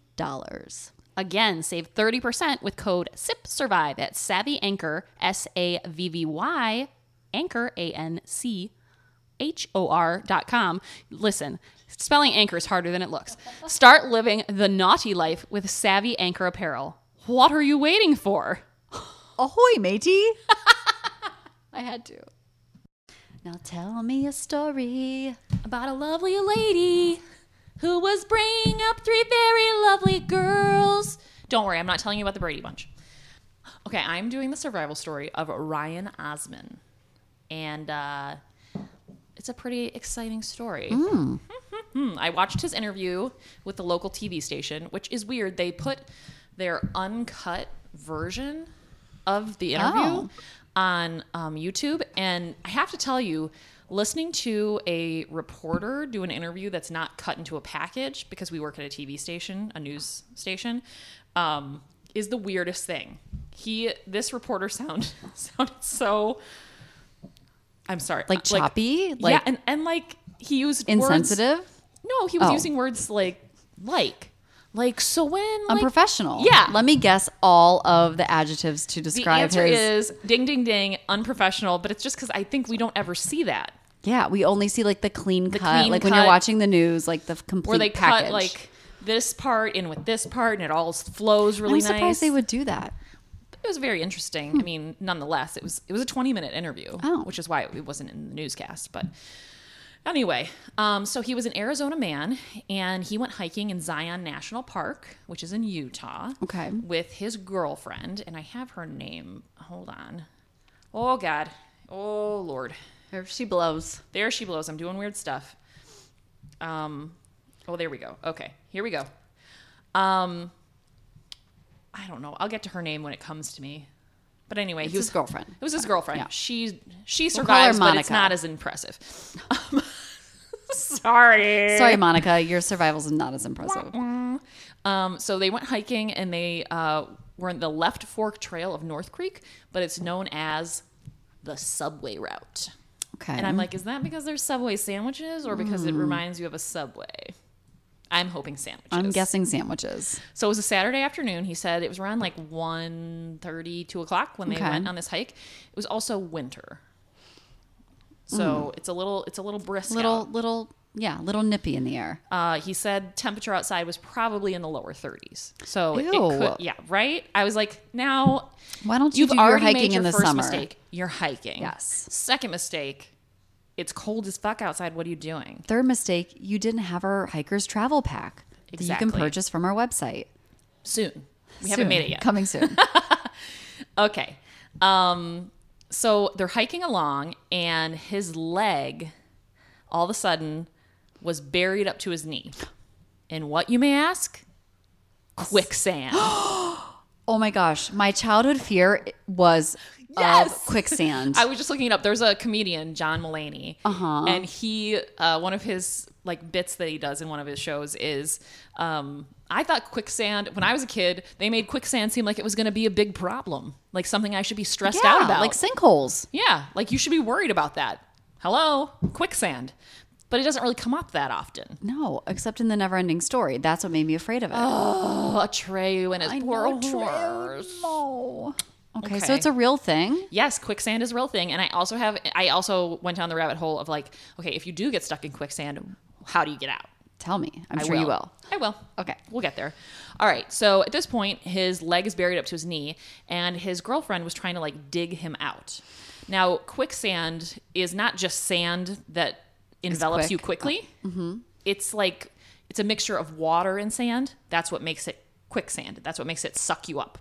Speaker 5: Again, save 30% with code SIP Survive at Savvy Anchor, S A V V Y, Anchor, A N C H O R dot com. Listen, spelling anchor is harder than it looks. Start living the naughty life with Savvy Anchor apparel. What are you waiting for?
Speaker 2: Ahoy, matey! [LAUGHS] I had to. Now tell me a story.
Speaker 5: About a lovely lady who was bringing up three very lovely girls. Don't worry, I'm not telling you about the Brady Bunch. Okay, I'm doing the survival story of Ryan Osman. And uh, it's a pretty exciting story.
Speaker 2: Mm.
Speaker 5: [LAUGHS] Hmm, I watched his interview with the local TV station, which is weird. They put their uncut version of the
Speaker 2: Oh.
Speaker 5: interview on um, YouTube. And I have to tell you, listening to a reporter do an interview that's not cut into a package, because we work at a TV station, a news station, um, is the weirdest thing. He, this reporter [LAUGHS] sound sounded so. I'm sorry,
Speaker 2: Like choppy?
Speaker 5: yeah,
Speaker 2: Like-
Speaker 5: and, and like he used words-
Speaker 2: Insensitive?
Speaker 5: no, he was
Speaker 2: Oh.
Speaker 5: using words like like like so when like,
Speaker 2: Unprofessional.
Speaker 5: Yeah.
Speaker 2: Let me guess all of the adjectives to
Speaker 5: the
Speaker 2: describe
Speaker 5: answer
Speaker 2: his.
Speaker 5: is ding ding ding unprofessional, but it's just because I think we don't ever see that
Speaker 2: Yeah, we only see like the clean cut,
Speaker 5: clean
Speaker 2: like when you're
Speaker 5: cut.
Speaker 2: watching the news, like the f- complete
Speaker 5: where they
Speaker 2: package.
Speaker 5: cut like this part in with this part and it all flows really
Speaker 2: I'm
Speaker 5: nice.
Speaker 2: surprised they would do that.
Speaker 5: It was very interesting. I mean, nonetheless, it was it was a 20 minute interview,
Speaker 2: Hmm. Oh.
Speaker 5: which is why it wasn't in the newscast, but. Anyway, um, so he was an Arizona man, and he went hiking in Zion National Park, which is in Utah.
Speaker 2: Okay.
Speaker 5: with his girlfriend, and I have her name. Hold on. Oh God. Oh Lord.
Speaker 2: Or she blows.
Speaker 5: There she blows. I'm doing weird stuff. Um, oh, there we go. Okay, here we go. Um, I don't know. I'll get to her name when it comes to me. But anyway,
Speaker 2: It's
Speaker 5: he was
Speaker 2: his girlfriend.
Speaker 5: It was his girlfriend.
Speaker 2: Yeah.
Speaker 5: She she
Speaker 2: We'll call her
Speaker 5: survives, but it's
Speaker 2: Monica.
Speaker 5: not
Speaker 2: [LAUGHS]
Speaker 5: as impressive. Um, sorry. [LAUGHS]
Speaker 2: Sorry, Monica, your survival's not as impressive.
Speaker 5: Um, so they went hiking and they uh, were in the Left Fork Trail of North Creek, but it's known as the Subway Route.
Speaker 2: Okay.
Speaker 5: And I'm like, is that because there's Subway sandwiches or because it
Speaker 2: Mm.
Speaker 5: reminds you of a Subway? I'm hoping sandwiches.
Speaker 2: I'm guessing sandwiches.
Speaker 5: So it was a Saturday afternoon. He said it was around like 1.30, 2 o'clock when they
Speaker 2: Okay.
Speaker 5: went on this hike. It was also winter. So it's a little it's a little brisk.
Speaker 2: Mm. Little,
Speaker 5: out.
Speaker 2: little, yeah, little nippy in the air.
Speaker 5: Uh, he said temperature outside was probably in the lower 30s. So it-
Speaker 2: Ew.
Speaker 5: it could, yeah, right? I was like, now
Speaker 2: Why don't you
Speaker 5: you've
Speaker 2: do your
Speaker 5: already
Speaker 2: hiking
Speaker 5: made your
Speaker 2: in the
Speaker 5: first
Speaker 2: summer?
Speaker 5: mistake. You're hiking.
Speaker 2: Yes.
Speaker 5: Second mistake, it's cold as fuck outside. What are you doing?
Speaker 2: Third mistake, you didn't have our hiker's travel pack that you
Speaker 5: Exactly.
Speaker 2: can purchase from our website.
Speaker 5: Soon. We haven't
Speaker 2: Soon.
Speaker 5: made it yet.
Speaker 2: Coming
Speaker 5: [LAUGHS]
Speaker 2: soon.
Speaker 5: Okay. Um, so they're hiking along, and his leg all of a sudden was buried up to his knee. And what, you may ask?
Speaker 2: [GASPS]
Speaker 5: Quicksand.
Speaker 2: oh my gosh, my childhood fear was
Speaker 5: Yes!
Speaker 2: of quicksand.
Speaker 5: I was just looking it up. There's a comedian, John Mullaney,
Speaker 2: Uh-huh.
Speaker 5: and he uh, one of his like bits that he does in one of his shows is. Um, I thought quicksand when I was a kid, they made quicksand seem like it was going to be a big problem, like something I should be stressed out about.
Speaker 2: like sinkholes.
Speaker 5: yeah, like you should be worried about that. Hello, quicksand. But it doesn't really come up that often.
Speaker 2: No, except in the never ending story. That's what made me afraid of it.
Speaker 5: Oh, Atreyu and his poor
Speaker 2: know, Atreyu.
Speaker 5: horse.
Speaker 2: no. Okay, so
Speaker 5: Okay.
Speaker 2: it's a real thing.
Speaker 5: yes, quicksand is a real thing. And I also have, I also went down the rabbit hole of like, okay, if you do get stuck in quicksand, how do you get out?
Speaker 2: Tell me. I'm
Speaker 5: I
Speaker 2: sure you will.
Speaker 5: I will.
Speaker 2: Okay.
Speaker 5: We'll get there. All right. So at this point, his leg is buried up to his knee, and his girlfriend was trying to like dig him out. Now, quicksand is not just sand that envelops
Speaker 2: quick. Uh, mm-hmm.
Speaker 5: you quickly. It's like it's a mixture of water and sand. That's what makes it quicksand. That's what makes it suck you up.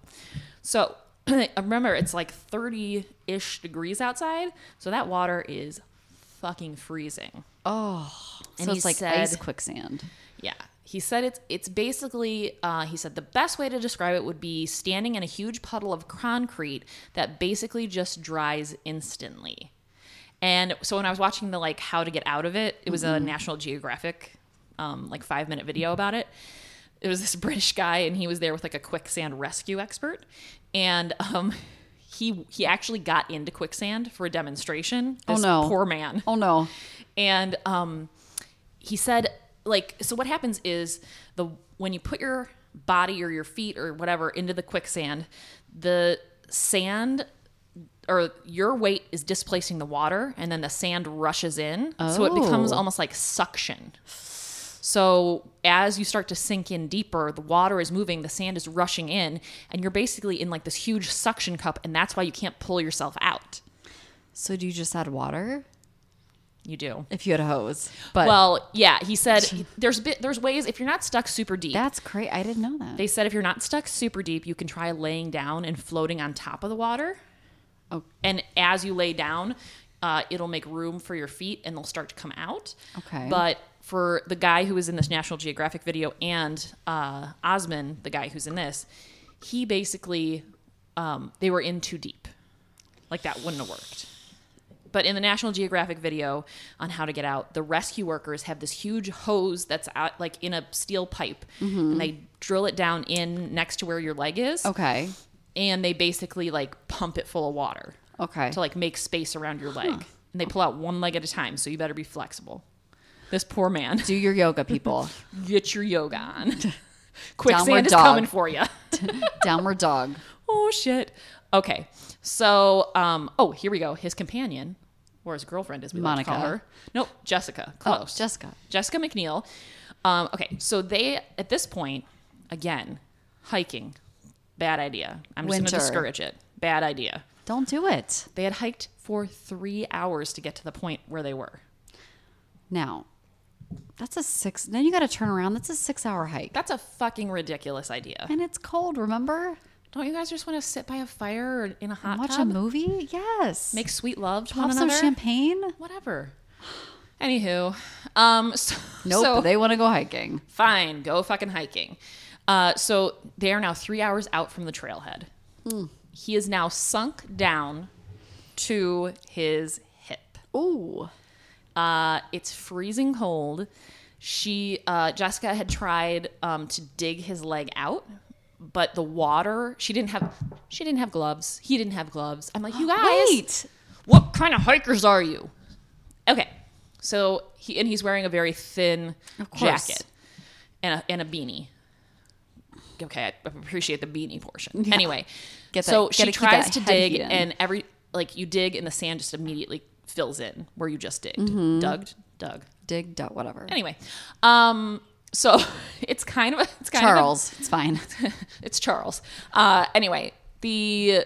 Speaker 5: So [CLEARS THROAT] remember, it's like 30 ish degrees outside. So that water is fucking freezing. And
Speaker 2: so
Speaker 5: he
Speaker 2: it's like
Speaker 5: said-
Speaker 2: ice quicksand.
Speaker 5: Yeah. He said it's it's basically uh, he said the best way to describe it would be standing in a huge puddle of concrete that basically just dries instantly. And so when I was watching the like how to get out of it, it was
Speaker 2: Mm-hmm.
Speaker 5: a National Geographic um, like five minute video about it. It was this [LAUGHS] British guy and he was there with like a quicksand rescue expert, and um, [LAUGHS] he he actually got into quicksand for a demonstration.
Speaker 2: Oh,
Speaker 5: This
Speaker 2: no.
Speaker 5: poor man
Speaker 2: Oh no.
Speaker 5: and um, he said like so what happens is the when you put your body or your feet or whatever into the quicksand the sand or your weight is displacing the water and then the sand rushes in so it becomes
Speaker 2: Oh.
Speaker 5: almost like suction so as you start to sink in deeper the water is moving the sand is rushing in and you're basically in like this huge suction cup and that's why you can't pull yourself out
Speaker 2: So do you just add water?
Speaker 5: you do
Speaker 2: If you had a hose. But
Speaker 5: Well, yeah, he said there's bit, there's ways if you're not stuck super deep.
Speaker 2: that's great. I didn't know that.
Speaker 5: they said if you're not stuck super deep, you can try laying down and floating on top of the water.
Speaker 2: Oh.
Speaker 5: And as you lay down, uh, it'll make room for your feet and they'll start to come out.
Speaker 2: Okay.
Speaker 5: But for the guy who was in this National Geographic video and uh, Osman, the guy who's in this, he basically um, they were in too deep. Like that wouldn't have worked. But in the National Geographic video on how to get out, the rescue workers have this huge hose that's out like in a steel pipe, and they drill it down in next to where your leg is,
Speaker 2: Mm-hmm. okay.
Speaker 5: and they basically like pump it full of water
Speaker 2: Okay.
Speaker 5: to like make space around your leg. And they pull out one leg at a time, so you better be flexible. This poor man, [LAUGHS]
Speaker 2: do your yoga, people.
Speaker 5: get your yoga on. [LAUGHS]
Speaker 2: Downward
Speaker 5: Quicksand is
Speaker 2: dog.
Speaker 5: coming for you.
Speaker 2: Downward dog.
Speaker 5: oh shit. Okay. So, um, oh, here we go. His companion, or his girlfriend, as we like to call
Speaker 2: Monica.
Speaker 5: her. Nope, Jessica.
Speaker 2: Oh,
Speaker 5: Close.
Speaker 2: Jessica.
Speaker 5: Jessica McNeil. Um, okay, so they at this point, again, hiking, bad idea. I'm just going to
Speaker 2: Winter.
Speaker 5: discourage it. Bad idea.
Speaker 2: Don't do it.
Speaker 5: They had hiked for three hours to get to the point where they were.
Speaker 2: Now. That's a six. Then you got to turn around. That's a six hour hike.
Speaker 5: That's a fucking ridiculous idea.
Speaker 2: and it's cold, remember?
Speaker 5: Don't you guys just want to sit by a fire or in a hot
Speaker 2: Watch a
Speaker 5: tub?
Speaker 2: movie? Yes.
Speaker 5: Make sweet love to
Speaker 2: Pop
Speaker 5: one
Speaker 2: some
Speaker 5: another?
Speaker 2: champagne?
Speaker 5: Whatever. Anywho, um, [LAUGHS] so,
Speaker 2: Nope.
Speaker 5: so-
Speaker 2: they want to go hiking.
Speaker 5: fine, go fucking hiking. Uh, so they are now three hours out from the trailhead.
Speaker 2: Hmm.
Speaker 5: He is now sunk down to his hip.
Speaker 2: Ooh.
Speaker 5: Uh, it's freezing cold. She, uh, Jessica, had tried um, to dig his leg out, but the water. She didn't have. She didn't have gloves. He didn't have gloves.
Speaker 2: [GASPS]
Speaker 5: I'm like, you guys,
Speaker 2: Wait.
Speaker 5: what kind of hikers are you? Okay, so he and he's wearing a very thin
Speaker 2: course.
Speaker 5: jacket and a, and a beanie. Okay, I appreciate the beanie portion. Anyway,
Speaker 2: Get that-
Speaker 5: so
Speaker 2: gotta
Speaker 5: she
Speaker 2: keep
Speaker 5: tries
Speaker 2: that
Speaker 5: to
Speaker 2: head
Speaker 5: dig,
Speaker 2: heat in.
Speaker 5: and every like you dig, and the sand just immediately fills in where you just digged,
Speaker 2: Mm-hmm.
Speaker 5: dug, dug.
Speaker 2: Dig, duh, whatever.
Speaker 5: Anyway, um, so [LAUGHS] it's kind of a, it's kind of a-
Speaker 2: Charles. It's fine. [LAUGHS]
Speaker 5: [LAUGHS] it's Charles. Uh, anyway, the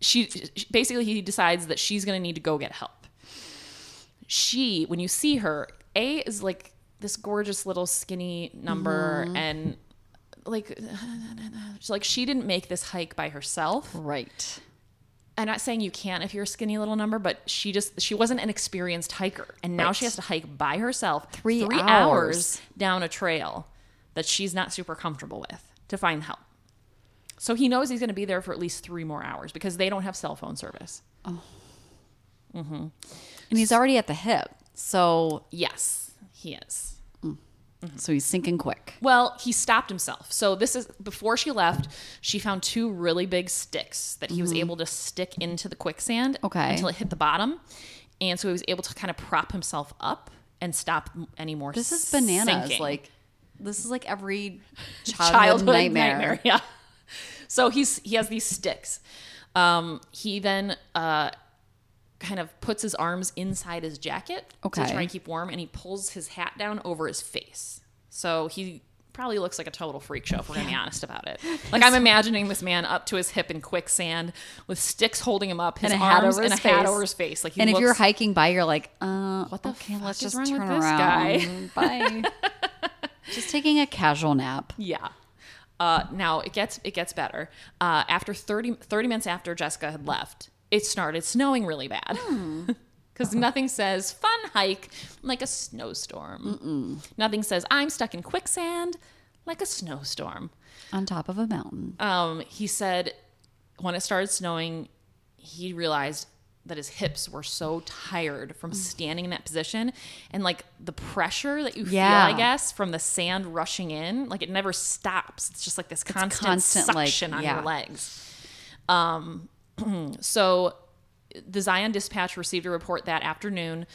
Speaker 5: she, she- basically he decides that she's gonna need to go get help. She, when you see her, A is like this gorgeous little skinny number and like [SIGHS] she's like she didn't make this hike by herself.
Speaker 2: right.
Speaker 5: I'm not saying you can't if you're a skinny little number, but she just she wasn't an experienced hiker, and now she
Speaker 2: Right.
Speaker 5: has to hike by herself
Speaker 2: Three
Speaker 5: hours.
Speaker 2: hours.
Speaker 5: down a trail that she's not super comfortable with to find help. So he knows he's going to be there for at least three more hours because they don't have cell phone service.
Speaker 2: And he's already at the hip. So
Speaker 5: Yes, he is.
Speaker 2: so he's sinking quick.
Speaker 5: Well, he stopped himself. So this is before she left. She found two really big sticks that he was able to stick into the quicksand
Speaker 2: Mm-hmm. Okay.
Speaker 5: until it hit the bottom, and so he was able to kind of prop himself up and stop m- any more.
Speaker 2: This is bananas.
Speaker 5: sinking.
Speaker 2: Like this is like
Speaker 5: [LAUGHS]
Speaker 2: every childhood,
Speaker 5: childhood
Speaker 2: nightmare.
Speaker 5: nightmare. Yeah. So he's he has these sticks. Um, he then uh, kind of puts his arms inside his jacket
Speaker 2: Okay.
Speaker 5: to try and keep warm, and he pulls his hat down over his face. So he probably looks like a total freak show. If we're gonna be honest about it, like I'm imagining this man up to his hip in quicksand with sticks holding him up, his
Speaker 2: And a hat
Speaker 5: arms
Speaker 2: over his
Speaker 5: and a
Speaker 2: face.
Speaker 5: hat over his face. Like he
Speaker 2: and if you're
Speaker 5: looks-
Speaker 2: hiking by, you're like, uh, what
Speaker 5: the
Speaker 2: okay,
Speaker 5: fuck
Speaker 2: let's
Speaker 5: is
Speaker 2: just
Speaker 5: wrong
Speaker 2: turn
Speaker 5: with this
Speaker 2: around. [LAUGHS] Bye. just taking a casual
Speaker 5: [LAUGHS]
Speaker 2: nap.
Speaker 5: Yeah. Uh, now it gets it gets better. Uh, after 30, 30 minutes after Jessica had left, it started snowing really bad. [LAUGHS] Because nothing says fun hike like a snowstorm. Nothing says I'm stuck in quicksand like a snowstorm.
Speaker 2: on top of a mountain.
Speaker 5: Um, he said when it started snowing, he realized that his hips were so tired
Speaker 2: Mm.
Speaker 5: from standing in that position and like the pressure that you
Speaker 2: Yeah.
Speaker 5: feel, I guess, from the sand rushing in, like it never stops. It's just like this constant,
Speaker 2: constant, like,
Speaker 5: suction on
Speaker 2: yeah.
Speaker 5: your legs. Um, [CLEARS THROAT] so the Zion Dispatch received a report that afternoon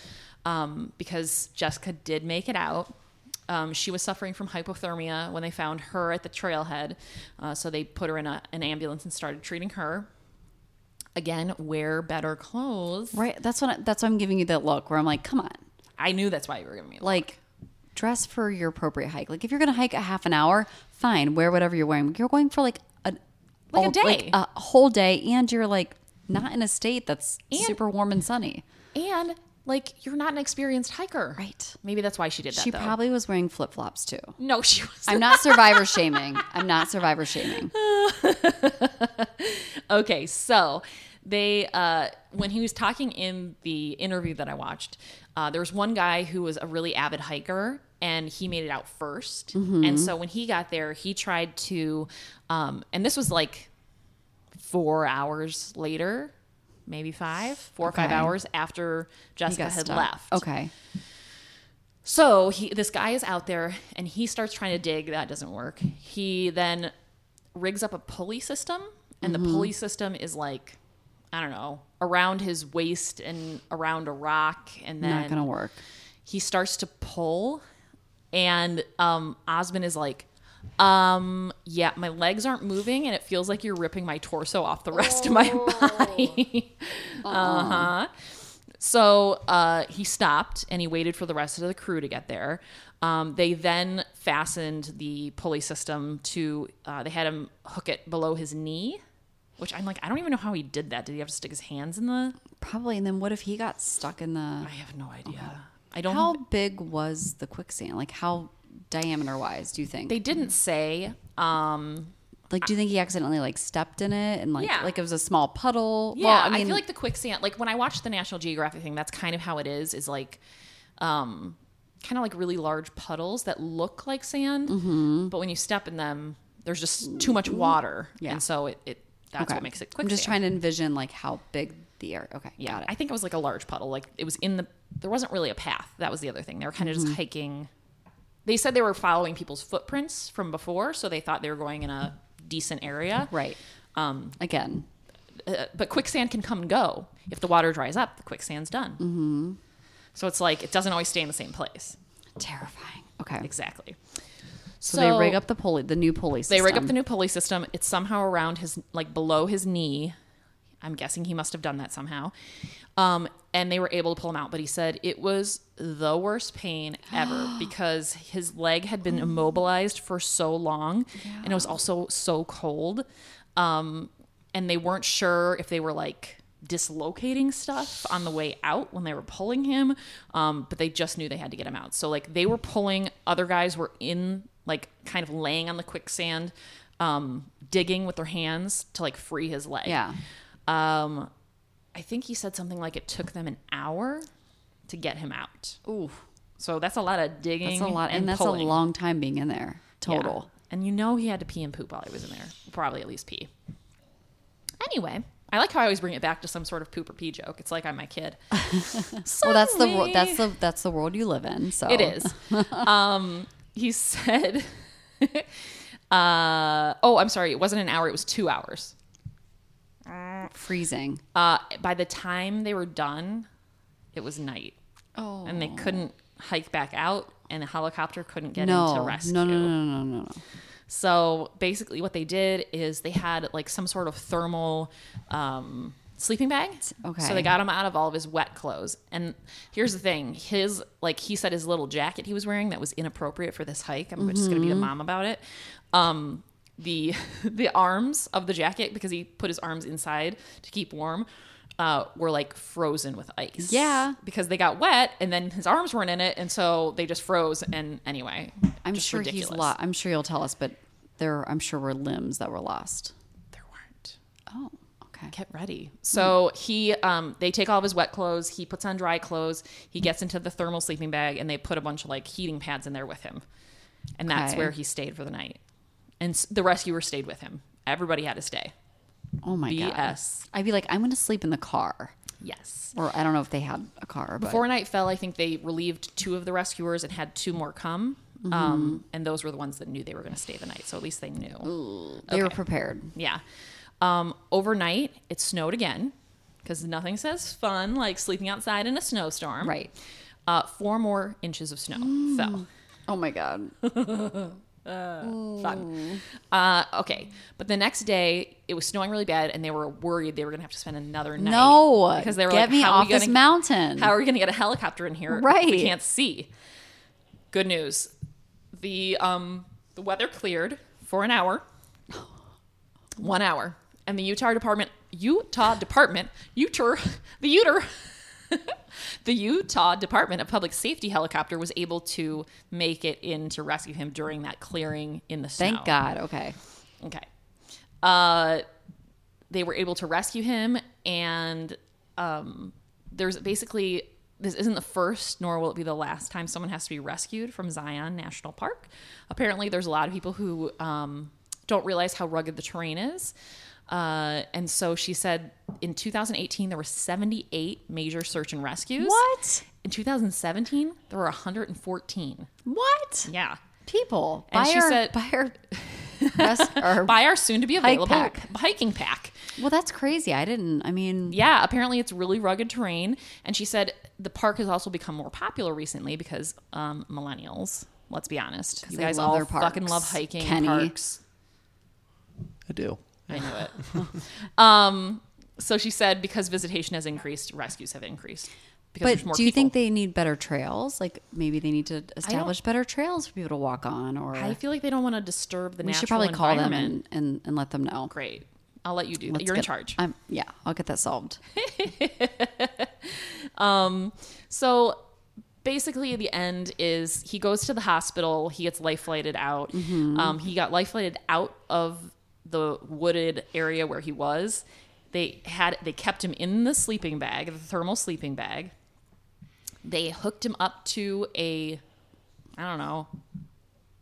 Speaker 5: um, because Jessica did make it out. Um, she was suffering from hypothermia when they found her at the trailhead. Uh, so they put her in a, an ambulance and started treating her. Again, wear better clothes.
Speaker 2: Right. That's what. I, that's why I'm giving you that look where I'm like, come on,
Speaker 5: I knew that's why you were giving me. Like,
Speaker 2: like dress for your appropriate hike. Like if you're gonna hike a half an hour, fine, wear whatever you're wearing. You're going for like a
Speaker 5: Like a
Speaker 2: all-
Speaker 5: day.
Speaker 2: a whole day, and you're like not in a state that's super warm and sunny.
Speaker 5: and like, you're not an experienced hiker,
Speaker 2: Right.
Speaker 5: Maybe that's why she did that.
Speaker 2: She
Speaker 5: though.
Speaker 2: probably was wearing flip flops too.
Speaker 5: no, she [LAUGHS] was
Speaker 2: I'm not survivor shaming. I'm not survivor shaming.
Speaker 5: Okay, so they uh, when he was talking in the interview that I watched, uh, there was one guy who was a really avid hiker, and he made it out 1st
Speaker 2: Mm-hmm.
Speaker 5: And so when he got there, he tried to, um, and this was like four hours later, maybe five, four or five
Speaker 2: Okay.
Speaker 5: hours after
Speaker 2: He
Speaker 5: Jessica
Speaker 2: got
Speaker 5: [LAUGHS] had
Speaker 2: stuck.
Speaker 5: left.
Speaker 2: Okay.
Speaker 5: So he, this guy is out there and he starts trying to dig. That doesn't work. He then rigs up a pulley system, and
Speaker 2: Mm-hmm.
Speaker 5: the pulley system is like, I don't know, around his waist and around a rock. And then
Speaker 2: Not gonna work.
Speaker 5: he starts to pull, and um, Osmond is like, um, yeah, my legs aren't moving, and it feels like you're ripping my torso off the rest of my body. uh huh. So uh, he stopped and he waited for the rest of the crew to get there. Um, they then fastened the pulley system to, uh, they had him hook it below his knee, which I'm like, I don't even know how he did that. Did he have to stick his hands in the?
Speaker 2: Probably. And then what if he got stuck in the?
Speaker 5: I have no idea. I don't
Speaker 2: How big was the quicksand? Like how diameter wise do you think?
Speaker 5: They didn't say. Um,
Speaker 2: Like, do you think he accidentally like stepped in it and like
Speaker 5: Yeah.
Speaker 2: like it was a small puddle?
Speaker 5: Yeah,
Speaker 2: well,
Speaker 5: I,
Speaker 2: I mean,
Speaker 5: feel like the quicksand. Like when I watch the National Geographic thing, that's kind of how it is. Is like, um, kind of like really large puddles that look like sand,
Speaker 2: Mm-hmm.
Speaker 5: but when you step in them, there's just too much water,
Speaker 2: Yeah.
Speaker 5: and so it, it that's what makes it
Speaker 2: I'm
Speaker 5: quicksand.
Speaker 2: just trying to envision like how big the air. Okay,
Speaker 5: Yeah,
Speaker 2: got it.
Speaker 5: I think it was like a large puddle. Like it was in the. There wasn't really a path. That was the other thing. They were kind of
Speaker 2: Mm-hmm.
Speaker 5: just hiking. They said they were following people's footprints from before, so they thought they were going in a decent area.
Speaker 2: right. Um, Again,
Speaker 5: Uh, but quicksand can come and go. If the water dries up, the quicksand's done. Mm-hmm. So it's like it doesn't always stay in the same place.
Speaker 2: terrifying. Okay,
Speaker 5: Exactly.
Speaker 2: so, they rig up the pulley, the new pulley.
Speaker 5: They
Speaker 2: System.
Speaker 5: rig up the new pulley system. It's somehow around his, like below his knee. I'm guessing he must have done that somehow. Um, and they were able to pull him out, but he said it was the worst pain
Speaker 2: [GASPS]
Speaker 5: ever because his leg had been immobilized for so long, and it was also so cold. Um, and they weren't sure if they were like dislocating stuff on the way out when they were pulling him um, but they just knew they had to get him out so like they were pulling other guys were in like kind of laying on the quicksand um, digging with their hands to like free his leg
Speaker 2: Yeah.
Speaker 5: um, i think he said something like it took them an hour to get him out
Speaker 2: Ooh,
Speaker 5: so that's a lot of digging
Speaker 2: that's a lot, and, that's
Speaker 5: pulling.
Speaker 2: a long time being in there
Speaker 5: Yeah.
Speaker 2: total.
Speaker 5: And you know he had to pee and poop while he was in there. Probably at least pee. Anyway, I like how I always bring it back to some sort of poop or pee joke. It's like I'm my kid.
Speaker 2: Oh. Well, that's the wor- that's the that's the world you live in. So [LAUGHS]
Speaker 5: It is. um, he said, [LAUGHS] uh, oh, I'm sorry. It wasn't an hour. It was two hours.
Speaker 2: freezing.
Speaker 5: Uh, by the time they were done, it was night. Oh. And they couldn't hike back out, and the helicopter couldn't get into
Speaker 2: No,
Speaker 5: rescue.
Speaker 2: no, no, no, no, no, no.
Speaker 5: So basically, what they did is they had like some sort of thermal um, sleeping bag.
Speaker 2: Okay.
Speaker 5: So they got him out of all of his wet clothes. And here's the thing: his like he said his little jacket he was wearing that was inappropriate for this hike. I'm just gonna be
Speaker 2: Mm-hmm.
Speaker 5: the mom about it. Um, the [LAUGHS] the arms of the jacket because he put his arms inside to keep warm. Uh, were like frozen with ice.
Speaker 2: Yeah.
Speaker 5: Because they got wet and then his arms weren't in it. And so they just froze. And anyway,
Speaker 2: I'm
Speaker 5: just
Speaker 2: sure he's
Speaker 5: ridiculous.
Speaker 2: lost. I'm sure he'll tell us, but there, I'm sure were limbs that were lost.
Speaker 5: There weren't.
Speaker 2: Oh, okay.
Speaker 5: get ready. So he, um, they take all of his wet clothes. He puts on dry clothes. He gets into the thermal sleeping bag, and they put a bunch of like heating pads in there with him, and that's
Speaker 2: Okay.
Speaker 5: where he stayed for the night. And s- the rescuer stayed with him. Everybody had to stay.
Speaker 2: Oh my god.
Speaker 5: BS.
Speaker 2: I'd be like, I'm gonna sleep in the car,
Speaker 5: Yes.
Speaker 2: or I don't know if they had a car, but
Speaker 5: Before night fell, I think they relieved two of the rescuers and had two more come. Um, and those were the ones that knew they were going to stay the night. So at least they knew.
Speaker 2: they were prepared.
Speaker 5: Yeah. Um, overnight, it snowed again because nothing says fun like sleeping outside in a snowstorm.
Speaker 2: Right.
Speaker 5: Uh, four more inches of snow fell.
Speaker 2: Oh my god.
Speaker 5: Fun. Uh, okay. But the next day, it was snowing really bad, and they were worried they were going to have to spend another night.
Speaker 2: No,
Speaker 5: Because they were
Speaker 2: get
Speaker 5: like,
Speaker 2: me
Speaker 5: how
Speaker 2: off
Speaker 5: are we gonna,
Speaker 2: this mountain.
Speaker 5: How are we going to get a helicopter in here? if
Speaker 2: Right.
Speaker 5: We can't see. Good news. The, um, the weather cleared for
Speaker 2: [GASPS]
Speaker 5: an hour. One hour. And the Utah Department, Utah Department, Uter, [LAUGHS] the Uter, the Utah Department of Public Safety helicopter was able to make it in to rescue him during that clearing in the snow.
Speaker 2: Thank God. Okay.
Speaker 5: Okay. Uh, they were able to rescue him, and um, there's basically this isn't the first, nor will it be the last time someone has to be rescued from Zion National Park. Apparently, there's a lot of people who um, don't realize how rugged the terrain is. Uh, and so she said in 2018, there were 78 major search and rescues.
Speaker 2: What?
Speaker 5: In 2017, there were 114.
Speaker 2: What?
Speaker 5: Yeah.
Speaker 2: People.
Speaker 5: And
Speaker 2: buy
Speaker 5: she
Speaker 2: our,
Speaker 5: said-
Speaker 2: buy our, rest-
Speaker 5: [LAUGHS]
Speaker 2: our-
Speaker 5: By our soon to be available
Speaker 2: pack.
Speaker 5: hiking pack.
Speaker 2: well, that's crazy. I didn't. I mean,
Speaker 5: yeah, apparently it's really rugged terrain. And she said the park has also become more popular recently because um, millennials. Let's be honest, you
Speaker 2: they
Speaker 5: guys
Speaker 2: love
Speaker 5: all
Speaker 2: their
Speaker 5: fucking
Speaker 2: parks.
Speaker 5: love hiking
Speaker 2: Kenny.
Speaker 5: parks.
Speaker 4: I do.
Speaker 5: I knew it. um, so she said because visitation has increased, rescues have increased. Because
Speaker 2: but
Speaker 5: there's more
Speaker 2: do you
Speaker 5: people.
Speaker 2: think they need better trails? Like maybe they need to establish better trails for people to walk on, or
Speaker 5: I feel like they don't want to disturb the
Speaker 2: we
Speaker 5: natural
Speaker 2: should probably call them
Speaker 5: environment.
Speaker 2: and, and, and let them know.
Speaker 5: Great, I'll let you do that.
Speaker 2: Let's
Speaker 5: You're in
Speaker 2: get-
Speaker 5: charge.
Speaker 2: I'm yeah. I'll get that
Speaker 5: [LAUGHS]
Speaker 2: solved.
Speaker 5: So basically, the end is
Speaker 2: Mm-hmm.
Speaker 5: he goes to the hospital. He gets life flighted out. Um, he got life flighted out of the wooded area where he was. They had they kept him in the sleeping bag, the thermal sleeping bag. They hooked him up to a I don't know,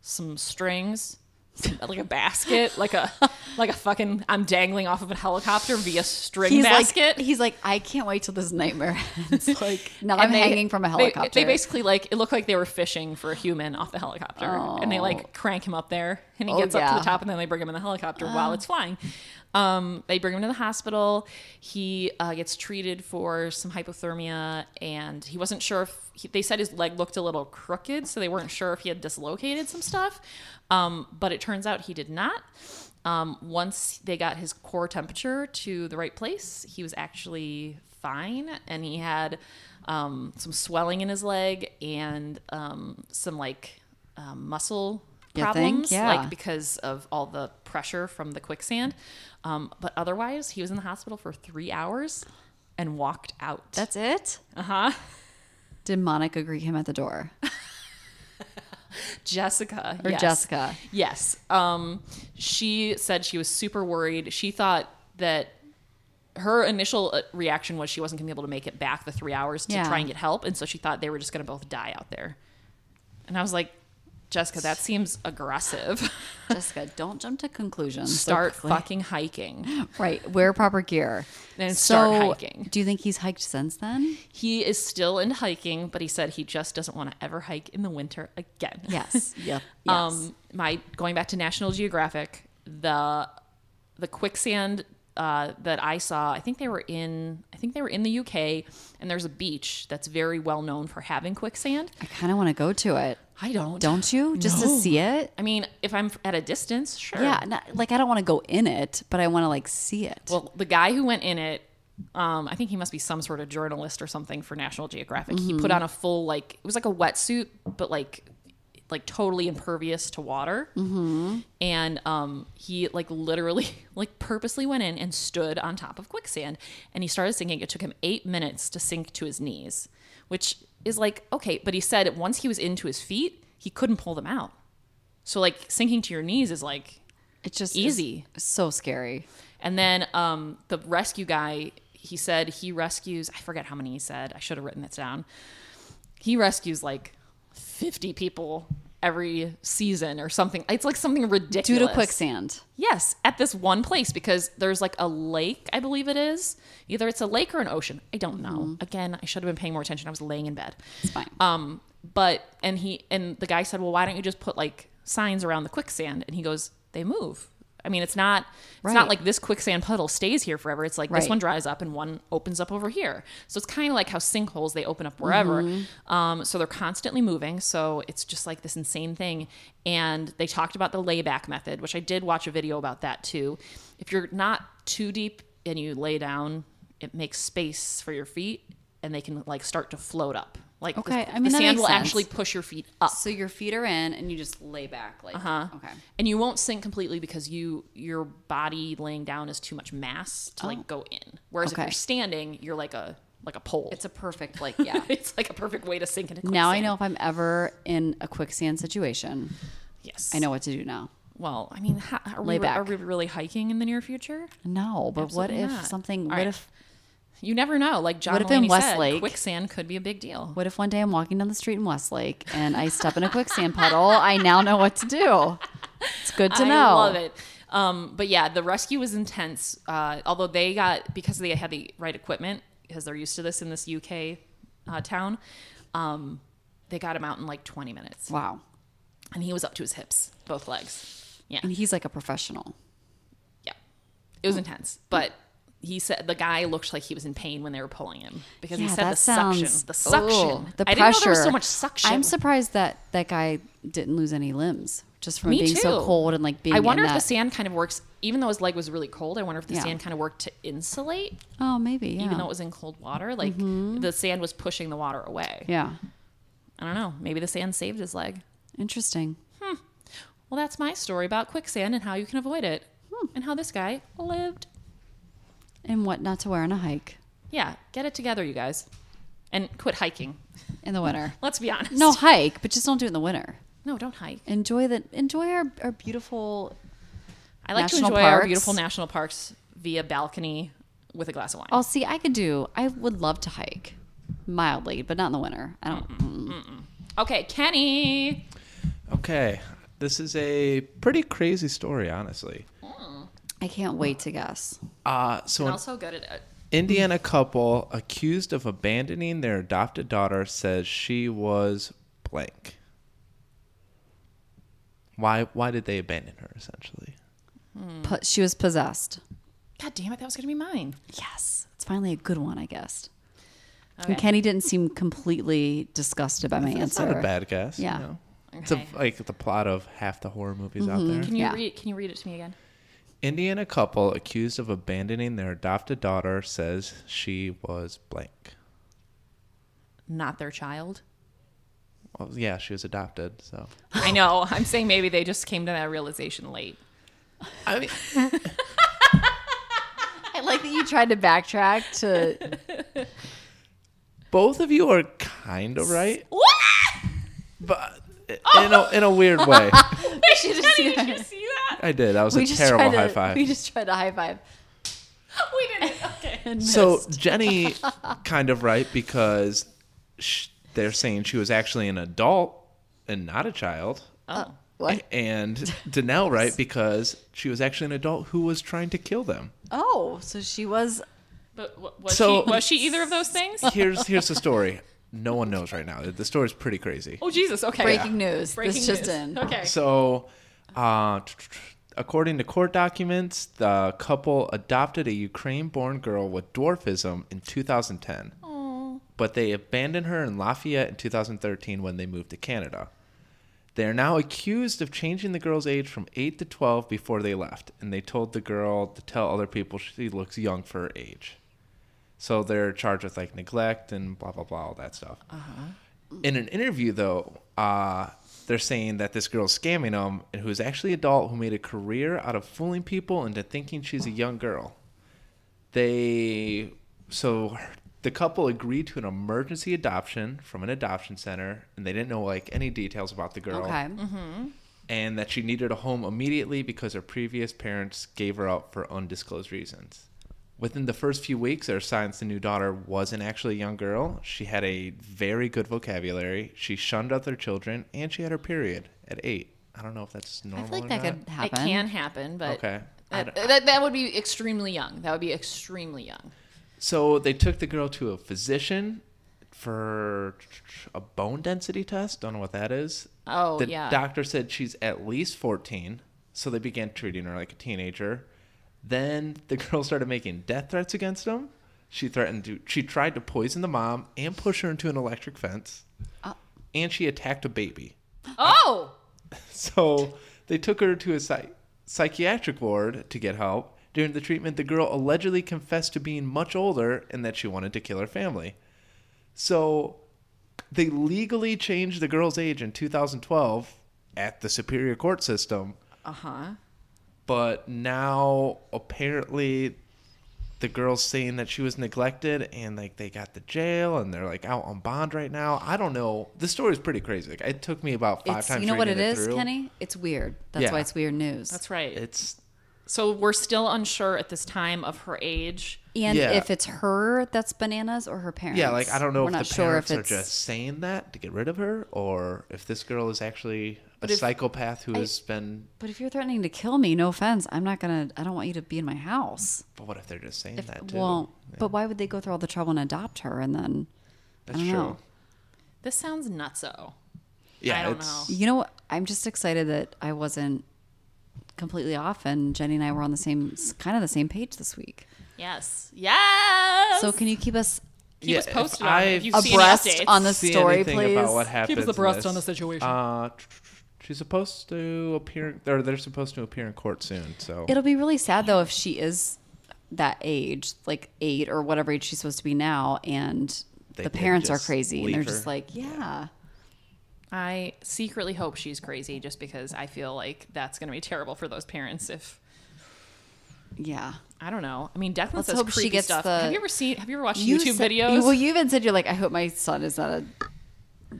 Speaker 5: some strings, [LAUGHS] like a basket, like a [LAUGHS] like a fucking I'm dangling off of a helicopter via string
Speaker 2: He's
Speaker 5: basket.
Speaker 2: like, he's like, I can't wait till this nightmare ends. [LAUGHS] like now I'm
Speaker 5: [LAUGHS] And they-
Speaker 2: hanging from a
Speaker 5: they-
Speaker 2: helicopter.
Speaker 5: They, basically like it looked like they were fishing for a human off the helicopter, and they like crank him up there, and he
Speaker 2: Oh,
Speaker 5: gets up to
Speaker 2: yeah.
Speaker 5: the top, and then they bring him in the helicopter while it's flying. Um, they bring him to the hospital. He uh, gets treated for some hypothermia, and he wasn't sure if he, they said his leg looked a little crooked, so they weren't sure if he had dislocated some stuff. Um, but it turns out he did not. Um, once they got his core temperature to the right place, he was actually fine, and he had um, some swelling in his leg and um, some like um, muscle
Speaker 2: You think?
Speaker 5: problems,
Speaker 2: Yeah.
Speaker 5: like because of all the pressure from the quicksand. Um, but otherwise, he was in the hospital for three hours and walked out.
Speaker 2: That's it. Uh huh.
Speaker 5: Uh-huh.
Speaker 2: Did Monica greet him at the door
Speaker 5: Jessica
Speaker 2: or
Speaker 5: yes. [LAUGHS]
Speaker 2: Jessica?
Speaker 5: Yes. Um, she said she was super worried. She thought that her initial uh, reaction was she wasn't going to be able to make it back the three hours to
Speaker 2: Yeah.
Speaker 5: try and get help. And so she thought they were just going to both die out there. And I was like, Jessica, that seems
Speaker 2: [LAUGHS]
Speaker 5: aggressive.
Speaker 2: Jessica, don't jump to conclusions. so
Speaker 5: Start
Speaker 2: quickly.
Speaker 5: fucking hiking.
Speaker 2: [LAUGHS] right. Wear proper gear.
Speaker 5: And start
Speaker 2: So,
Speaker 5: hiking.
Speaker 2: Do you think he's hiked since
Speaker 5: [LAUGHS]
Speaker 2: then?
Speaker 5: He is still into hiking, but he said he just doesn't want to ever hike in the winter again. [LAUGHS]
Speaker 2: Yes. yep. Yes.
Speaker 5: Um, my going back to National Geographic, the the quicksand uh, that I saw, I think they were in, I think they were in the UK, and there's a beach that's very well known for having quicksand.
Speaker 2: I kind of want to go to it.
Speaker 5: I don't,
Speaker 2: Don't you? Just to
Speaker 5: No.
Speaker 2: see it?
Speaker 5: I mean, if I'm at a distance, sure.
Speaker 2: Yeah. Not, like I don't want to go in it, but I want to like see it.
Speaker 5: Well, the guy who went in it, um, I think he must be some sort of journalist or something for National Geographic. He put on a full like it was like a wetsuit, but like like totally impervious to water. And um, he like literally [LAUGHS] like purposely went in and stood on top of quicksand, and he started sinking. It took him eight minutes to sink to his knees, which is like okay. But he said once he was into his feet, he couldn't pull them out. So like sinking to your knees is like
Speaker 2: it's just
Speaker 5: easy.
Speaker 2: is So scary.
Speaker 5: and then um, the rescue guy, he said he rescues, I forget how many he said. I should have written this down. He rescues like 50 people every season or something. It's like something ridiculous.
Speaker 2: Due to quicksand.
Speaker 5: Yes, at this one place because there's like a lake, I believe it is. Either it's a lake or an ocean. I don't
Speaker 2: Mm-hmm.
Speaker 5: know. Again, I should have been paying more attention. I was laying in bed.
Speaker 2: It's fine.
Speaker 5: Um, but and he and the guy said, "Well, why don't you just put like signs around the quicksand?" And he goes, "They move. I mean, it's not it's not
Speaker 2: Right.
Speaker 5: like this quicksand puddle stays here forever. It's like this
Speaker 2: Right.
Speaker 5: one dries up and one opens up over here. So it's kind of like how sinkholes they open up wherever.
Speaker 2: Mm-hmm.
Speaker 5: Um, so they're constantly moving. So it's just like this insane thing. And they talked about the layback method, which I did watch a video about that too. If you're not too deep and you lay down, it makes space for your feet, and they can like start to float up. Like the-
Speaker 2: Okay,
Speaker 5: the,
Speaker 2: I mean, that
Speaker 5: sand
Speaker 2: makes
Speaker 5: will
Speaker 2: sense.
Speaker 5: actually push your feet up,
Speaker 2: So your feet are in, and you just lay back. Like, uh-huh. okay.
Speaker 5: and you won't sink completely because you your body laying down is too much mass to like go in. Whereas
Speaker 2: Oh. Okay.
Speaker 5: if you're standing, you're like a like a pole. [LAUGHS]
Speaker 2: It's a perfect, like, yeah.
Speaker 5: it's like a perfect way to sink into.
Speaker 2: now I
Speaker 5: quicksand.
Speaker 2: know if I'm ever in a quicksand situation,
Speaker 5: Yes,
Speaker 2: I know what to do now.
Speaker 5: Well, I mean, how, are,
Speaker 2: Lay
Speaker 5: we,
Speaker 2: back.
Speaker 5: are we really hiking in the near future?
Speaker 2: No, but
Speaker 5: Absolutely
Speaker 2: what if
Speaker 5: not.
Speaker 2: something?
Speaker 5: All
Speaker 2: what
Speaker 5: right.
Speaker 2: if?
Speaker 5: You never know. Like John
Speaker 2: What if in
Speaker 5: Mulaney said,
Speaker 2: Westlake-
Speaker 5: quicksand could be a big deal.
Speaker 2: What if one day I'm walking down the street in Westlake and I step in a quicksand puddle? I now know what to do. It's good to know.
Speaker 5: I love it. Um, but yeah, the rescue was intense. Uh, although they got because they had the right equipment because they're used to this in this UK uh, town. Um, they got him out in like 20 minutes,
Speaker 2: Wow.
Speaker 5: and he was up to his hips, both legs. Yeah,
Speaker 2: And he's like a professional.
Speaker 5: yeah, it
Speaker 2: Oh.
Speaker 5: was intense. But he said the guy looked like he was in pain when they were pulling him because he
Speaker 2: Yeah,
Speaker 5: said
Speaker 2: that
Speaker 5: the
Speaker 2: sounds-
Speaker 5: suction, the suction,
Speaker 2: Ooh, the pressure.
Speaker 5: I didn't know there was so much suction.
Speaker 2: I'm surprised that that guy didn't lose any limbs just from
Speaker 5: Me
Speaker 2: it being so
Speaker 5: too.
Speaker 2: cold and like being.
Speaker 5: I wonder
Speaker 2: in
Speaker 5: if
Speaker 2: that.
Speaker 5: the sand kind of works, even though his leg was really cold. I wonder if the
Speaker 2: Yeah.
Speaker 5: sand kind of worked to insulate,
Speaker 2: Oh, maybe. Yeah. Mm-hmm.
Speaker 5: even though it was in cold water. Like the sand was pushing the water away.
Speaker 2: yeah.
Speaker 5: I don't know. Maybe the sand saved his leg.
Speaker 2: Interesting.
Speaker 5: Well, that's my story about quicksand and how you can avoid it,
Speaker 2: Hmm.
Speaker 5: and how this guy lived.
Speaker 2: And what not to wear on a hike
Speaker 5: Yeah, get it together, you guys, and quit hiking.
Speaker 2: in the winter.
Speaker 5: Let's be honest.
Speaker 2: no hike, but just don't do it in the winter.
Speaker 5: no, don't hike.
Speaker 2: Enjoy the enjoy our, our beautiful
Speaker 5: I like
Speaker 2: National
Speaker 5: to enjoy our
Speaker 2: parks.
Speaker 5: beautiful national parks via balcony with a glass of wine.
Speaker 2: Oh, see, I could do. I would love to hike mildly, but not in the winter. I don't.
Speaker 5: Okay, Kenny.
Speaker 4: Okay. This is a pretty crazy story, honestly.
Speaker 2: I can't wait to guess.
Speaker 4: Uh, so an
Speaker 5: Also good at it.
Speaker 4: Indiana couple accused of abandoning their adopted daughter says she was blank. Why? Why did they abandon her? Essentially,
Speaker 2: Po- she was possessed.
Speaker 5: God damn it, that was gonna be mine.
Speaker 2: Yes, it's finally a good one, I guessed.
Speaker 5: Okay.
Speaker 2: And Kenny didn't seem completely disgusted by my
Speaker 4: that's
Speaker 2: answer.
Speaker 4: not a bad guess.
Speaker 2: Yeah.
Speaker 4: you know? it's a, like the plot of half the horror movies out there.
Speaker 5: Can you
Speaker 2: Yeah.
Speaker 5: read? Can you read it to me again?
Speaker 4: Indiana couple accused of abandoning their adopted daughter says she was blank.
Speaker 5: Not their child.
Speaker 4: Well, yeah, she was adopted. So
Speaker 2: [LAUGHS]
Speaker 5: I know. I'm saying maybe they just came to that realization late.
Speaker 4: I mean,
Speaker 2: I like that you tried to backtrack [LAUGHS] to.
Speaker 4: both of you are kind
Speaker 2: [LAUGHS]
Speaker 4: of right. But in a in a weird
Speaker 2: [LAUGHS]
Speaker 4: [LAUGHS] way,
Speaker 2: she just,
Speaker 5: Did you see that?
Speaker 4: I did. That was
Speaker 2: we
Speaker 4: a
Speaker 2: just
Speaker 4: terrible
Speaker 2: tried to,
Speaker 4: high five.
Speaker 2: We just tried to high five.
Speaker 5: We didn't. Okay.
Speaker 4: So Jenny kind of right because sh they're saying she was actually an adult and not a child.
Speaker 2: What?
Speaker 4: And Danelle right because she was actually an adult who was trying to kill them.
Speaker 2: Oh, so she was.
Speaker 5: But wa- was
Speaker 4: So-
Speaker 5: she was she either of those things? [LAUGHS]
Speaker 4: Here's here's the story. No one knows right now. The story's pretty crazy.
Speaker 5: Oh Jesus! Okay.
Speaker 2: Breaking news.
Speaker 5: Breaking
Speaker 2: this just
Speaker 5: news.
Speaker 2: in.
Speaker 5: Okay.
Speaker 4: So, uh, tr- tr- tr- according to court documents, the couple adopted a Ukraine born girl with dwarfism in 2010. But they abandoned her in Lafayette in 2013 when they moved to Canada. They are now accused of changing the girl's age from 8 to 12 before they left, and they told the girl to tell other people she looks young for her age. So they're charged with like neglect and blah, blah, blah, all that stuff in an interview though uh, they're saying that this girl's scamming them and who's actually an adult who made a career out of fooling people into thinking she's a young girl they so her- the couple agreed to an emergency adoption from an adoption center and they didn't know like any details about the girl
Speaker 2: Okay.
Speaker 4: and that she needed a home immediately because her previous parents gave her up for undisclosed reasons. Within the first few weeks, there are signs the new daughter wasn't actually a young girl. She had a very good vocabulary. She shunned other children, and she had her period at eight. I don't know if that's
Speaker 2: I
Speaker 4: normal.
Speaker 2: feel like
Speaker 4: or
Speaker 2: that
Speaker 4: not.
Speaker 2: could happen.
Speaker 5: It can happen, but
Speaker 4: Okay. I
Speaker 5: That, that, that would be extremely young. That would be extremely young.
Speaker 4: So they took the girl to a physician for a bone density test. Don't know what that is.
Speaker 5: Oh,
Speaker 4: the
Speaker 5: yeah.
Speaker 4: doctor said she's at least 14, so they began treating her like a teenager. Then the [LAUGHS] girl started making death threats against him. She threatened to she tried to poison the mom and push her into an electric fence.
Speaker 5: Uh.
Speaker 4: And she attacked a baby.
Speaker 5: Oh,
Speaker 4: So they took her to a psych- psychiatric ward to get help. During the treatment, the girl allegedly confessed to being much older and that she wanted to kill her family. So they legally changed the girl's age in 2012 at the Superior Court system. Uh huh.
Speaker 2: Uh-huh.
Speaker 4: But now apparently the girl's saying that she was neglected and like they got the jail and they're like out on bond right now. I don't know. The story's pretty crazy. Like, it took me about five
Speaker 2: It's,
Speaker 4: times.
Speaker 2: you know what it
Speaker 4: reading
Speaker 2: is,
Speaker 4: through.
Speaker 2: Kenny? It's weird. That's
Speaker 4: Yeah.
Speaker 2: why it's weird news.
Speaker 5: that's right.
Speaker 4: It's
Speaker 5: so we're still unsure at this time of her age.
Speaker 2: And
Speaker 4: Yeah.
Speaker 2: if it's her that's bananas or her parents.
Speaker 4: yeah, like I don't know
Speaker 2: We're
Speaker 4: if
Speaker 2: not
Speaker 4: the
Speaker 2: sure
Speaker 4: parents
Speaker 2: if
Speaker 4: are
Speaker 2: it's,
Speaker 4: just saying that to get rid of her, or if this girl is actually a psychopath who has been.
Speaker 2: But if you're threatening to kill me, no offense, I'm not gonna. I don't want you to be in my house.
Speaker 4: But what if they're just saying that too?
Speaker 2: Well, but why would they go through all the trouble and adopt her and then?
Speaker 4: That's
Speaker 2: don't
Speaker 4: true.
Speaker 2: know.
Speaker 5: This sounds nutso.
Speaker 4: Yeah,
Speaker 5: I don't
Speaker 4: it's,
Speaker 2: You know, what? I'm just excited that I wasn't completely off, and Jenny and I were on the same, kind of the same page this week.
Speaker 5: Yes. Yes.
Speaker 2: So can you keep us
Speaker 5: keep
Speaker 4: Yeah,
Speaker 5: us
Speaker 4: if
Speaker 5: posted on it.
Speaker 4: I've
Speaker 5: If you see any
Speaker 2: abreast
Speaker 5: updates.
Speaker 2: on the
Speaker 4: See
Speaker 2: story,
Speaker 4: anything
Speaker 2: please?
Speaker 4: about what happens? in
Speaker 5: abreast
Speaker 4: this.
Speaker 5: on the situation.
Speaker 4: Uh, tr- tr- tr- she's supposed to appear, or they're supposed to appear in court soon. So
Speaker 2: It'll be really sad though if she is that age, like eight or whatever age she's supposed to be now, and
Speaker 4: They
Speaker 2: the
Speaker 4: did
Speaker 2: parents are
Speaker 4: just
Speaker 2: crazy and
Speaker 4: leave
Speaker 2: they're
Speaker 4: her.
Speaker 2: just like, yeah.
Speaker 5: I secretly hope she's crazy, just because I feel like that's going to be terrible for those parents. If
Speaker 2: Yeah.
Speaker 5: I don't know. I mean, Declan
Speaker 2: Let's
Speaker 5: says
Speaker 2: hope she
Speaker 5: creepy
Speaker 2: gets
Speaker 5: stuff.
Speaker 2: the-
Speaker 5: Have you ever seen? Have you ever watched
Speaker 2: You
Speaker 5: YouTube
Speaker 2: said-
Speaker 5: videos?
Speaker 2: Well, you even said you're like, I hope my son is not a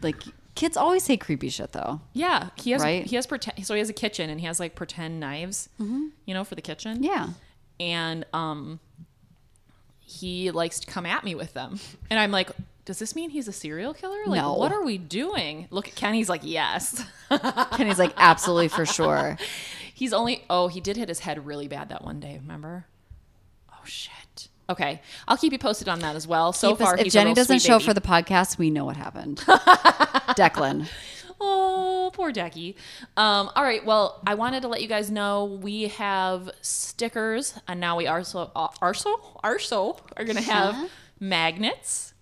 Speaker 2: like Kids always say creepy shit though.
Speaker 5: Yeah, he has
Speaker 2: Right? Mm-hmm.
Speaker 5: he has pretend. So he has a kitchen and he has like pretend knives, you know, for the kitchen.
Speaker 2: Yeah.
Speaker 5: and um, he likes to come at me with them, and I'm like, does this mean he's a serial killer? Like,
Speaker 2: No.
Speaker 5: what are we doing? Look at Kenny's like, yes. [LAUGHS]
Speaker 2: Kenny's like, absolutely for sure.
Speaker 5: He's only oh, he did hit his head really bad that one day. Remember? Oh shit. Okay, I'll keep you posted on that as well. So
Speaker 2: Keep us-
Speaker 5: far,
Speaker 2: if
Speaker 5: he's a
Speaker 2: Jenny
Speaker 5: real
Speaker 2: doesn't
Speaker 5: sweet
Speaker 2: show
Speaker 5: baby.
Speaker 2: for the podcast, we know what
Speaker 5: [LAUGHS]
Speaker 2: happened. Declan.
Speaker 5: Oh, poor Jackie. Um, all right. Well, I wanted to let you guys know we have stickers, and now we are so uh, are so are so are gonna have
Speaker 2: Yeah.
Speaker 5: magnets.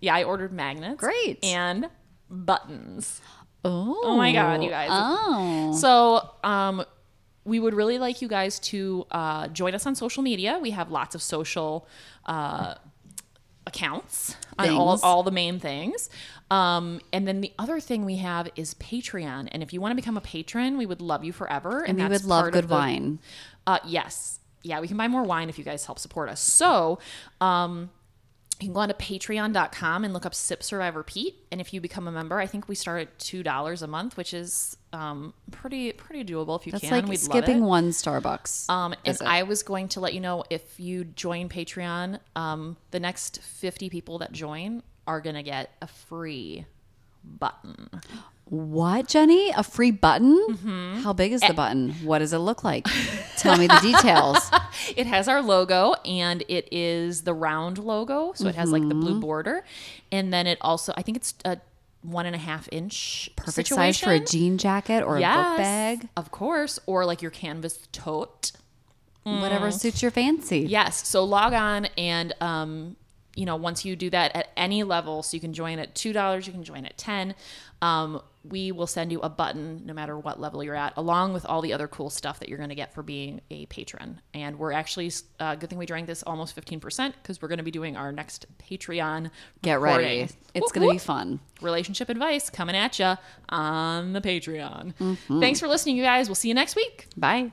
Speaker 5: Yeah, I ordered magnets.
Speaker 2: Great.
Speaker 5: And buttons.
Speaker 2: Oh,
Speaker 5: Oh my god, you guys.
Speaker 2: Oh.
Speaker 5: So, um, we would really like you guys to uh, join us on social media. We have lots of social uh, accounts on all,
Speaker 2: Things.
Speaker 5: all the main things. Um, and then the other thing we have is Patreon. And if you want to become a patron, we would love you forever. And,
Speaker 2: And we
Speaker 5: that's
Speaker 2: would love
Speaker 5: part of
Speaker 2: good
Speaker 5: the-
Speaker 2: wine.
Speaker 5: Uh, yes. Yeah, we can buy more wine if you guys help support us. So, um, you can go on to patreon.com and look up Sip Survivor Pete. And if you become a member, I think we start at $2 a month, which is um, pretty pretty doable if you
Speaker 2: That's
Speaker 5: can.
Speaker 2: like
Speaker 5: We'd
Speaker 2: skipping
Speaker 5: love
Speaker 2: one Starbucks.
Speaker 5: it. Um, and
Speaker 2: visit.
Speaker 5: I was going to let you know if you join Patreon, um, the next 50 people that join are going to get a free button.
Speaker 2: what, Jenny? A free button?
Speaker 5: Mm-hmm.
Speaker 2: How big is
Speaker 5: Eh.
Speaker 2: the button? What does it look
Speaker 5: [LAUGHS]
Speaker 2: like? Tell me the details.
Speaker 5: It has our logo and it is the round logo. So it has like the
Speaker 2: Mm-hmm.
Speaker 5: blue border. And then it also, I think it's a one and a half inch
Speaker 2: Perfect
Speaker 5: situation.
Speaker 2: size for a jean jacket or a book bag,
Speaker 5: Of course. Or like your canvas tote.
Speaker 2: whatever
Speaker 5: Mm.
Speaker 2: suits your fancy.
Speaker 5: Yes. So log on and um, you know, once you do that at any level, so you can join at two dollars, you can join at ten. Um, we will send you a button no matter what level you're at, along with all the other cool stuff that you're going to get for being a patron. And we're actually, uh, good thing we drank this almost 15% because we're going to be doing our next Patreon.
Speaker 2: Get ready.
Speaker 5: recording.
Speaker 2: It's
Speaker 5: Whoop,
Speaker 2: going to be
Speaker 5: whoop
Speaker 2: fun.
Speaker 5: relationship advice coming at you on the Patreon. Thanks for listening, you guys. We'll see you next week. Bye.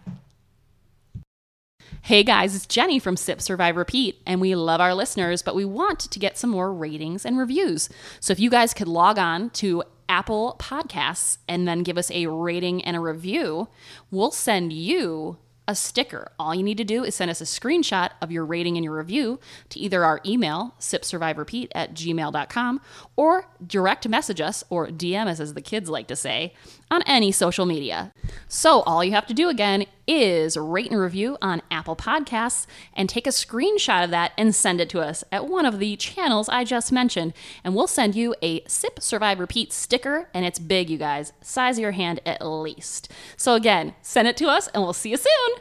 Speaker 5: Hey guys, it's Jenny from Sip Survive Repeat, and we love our listeners, but we want to get some more ratings and reviews. So if you guys could log on to Apple Podcasts and then give us a rating and a review, we'll send you a sticker. All you need to do is send us a screenshot of your rating and your review to either our email, sipsurviverepeat at gmail.com, or direct message us, or DM us as the kids like to say, on any social media. So all you have to do again is rate and review on Apple Podcasts and take a screenshot of that and send it to us at one of the channels I just mentioned. And we'll send you a Sip Survive Repeat sticker, and it's big, you guys, size of your hand at least. So again, send it to us, and we'll see you soon.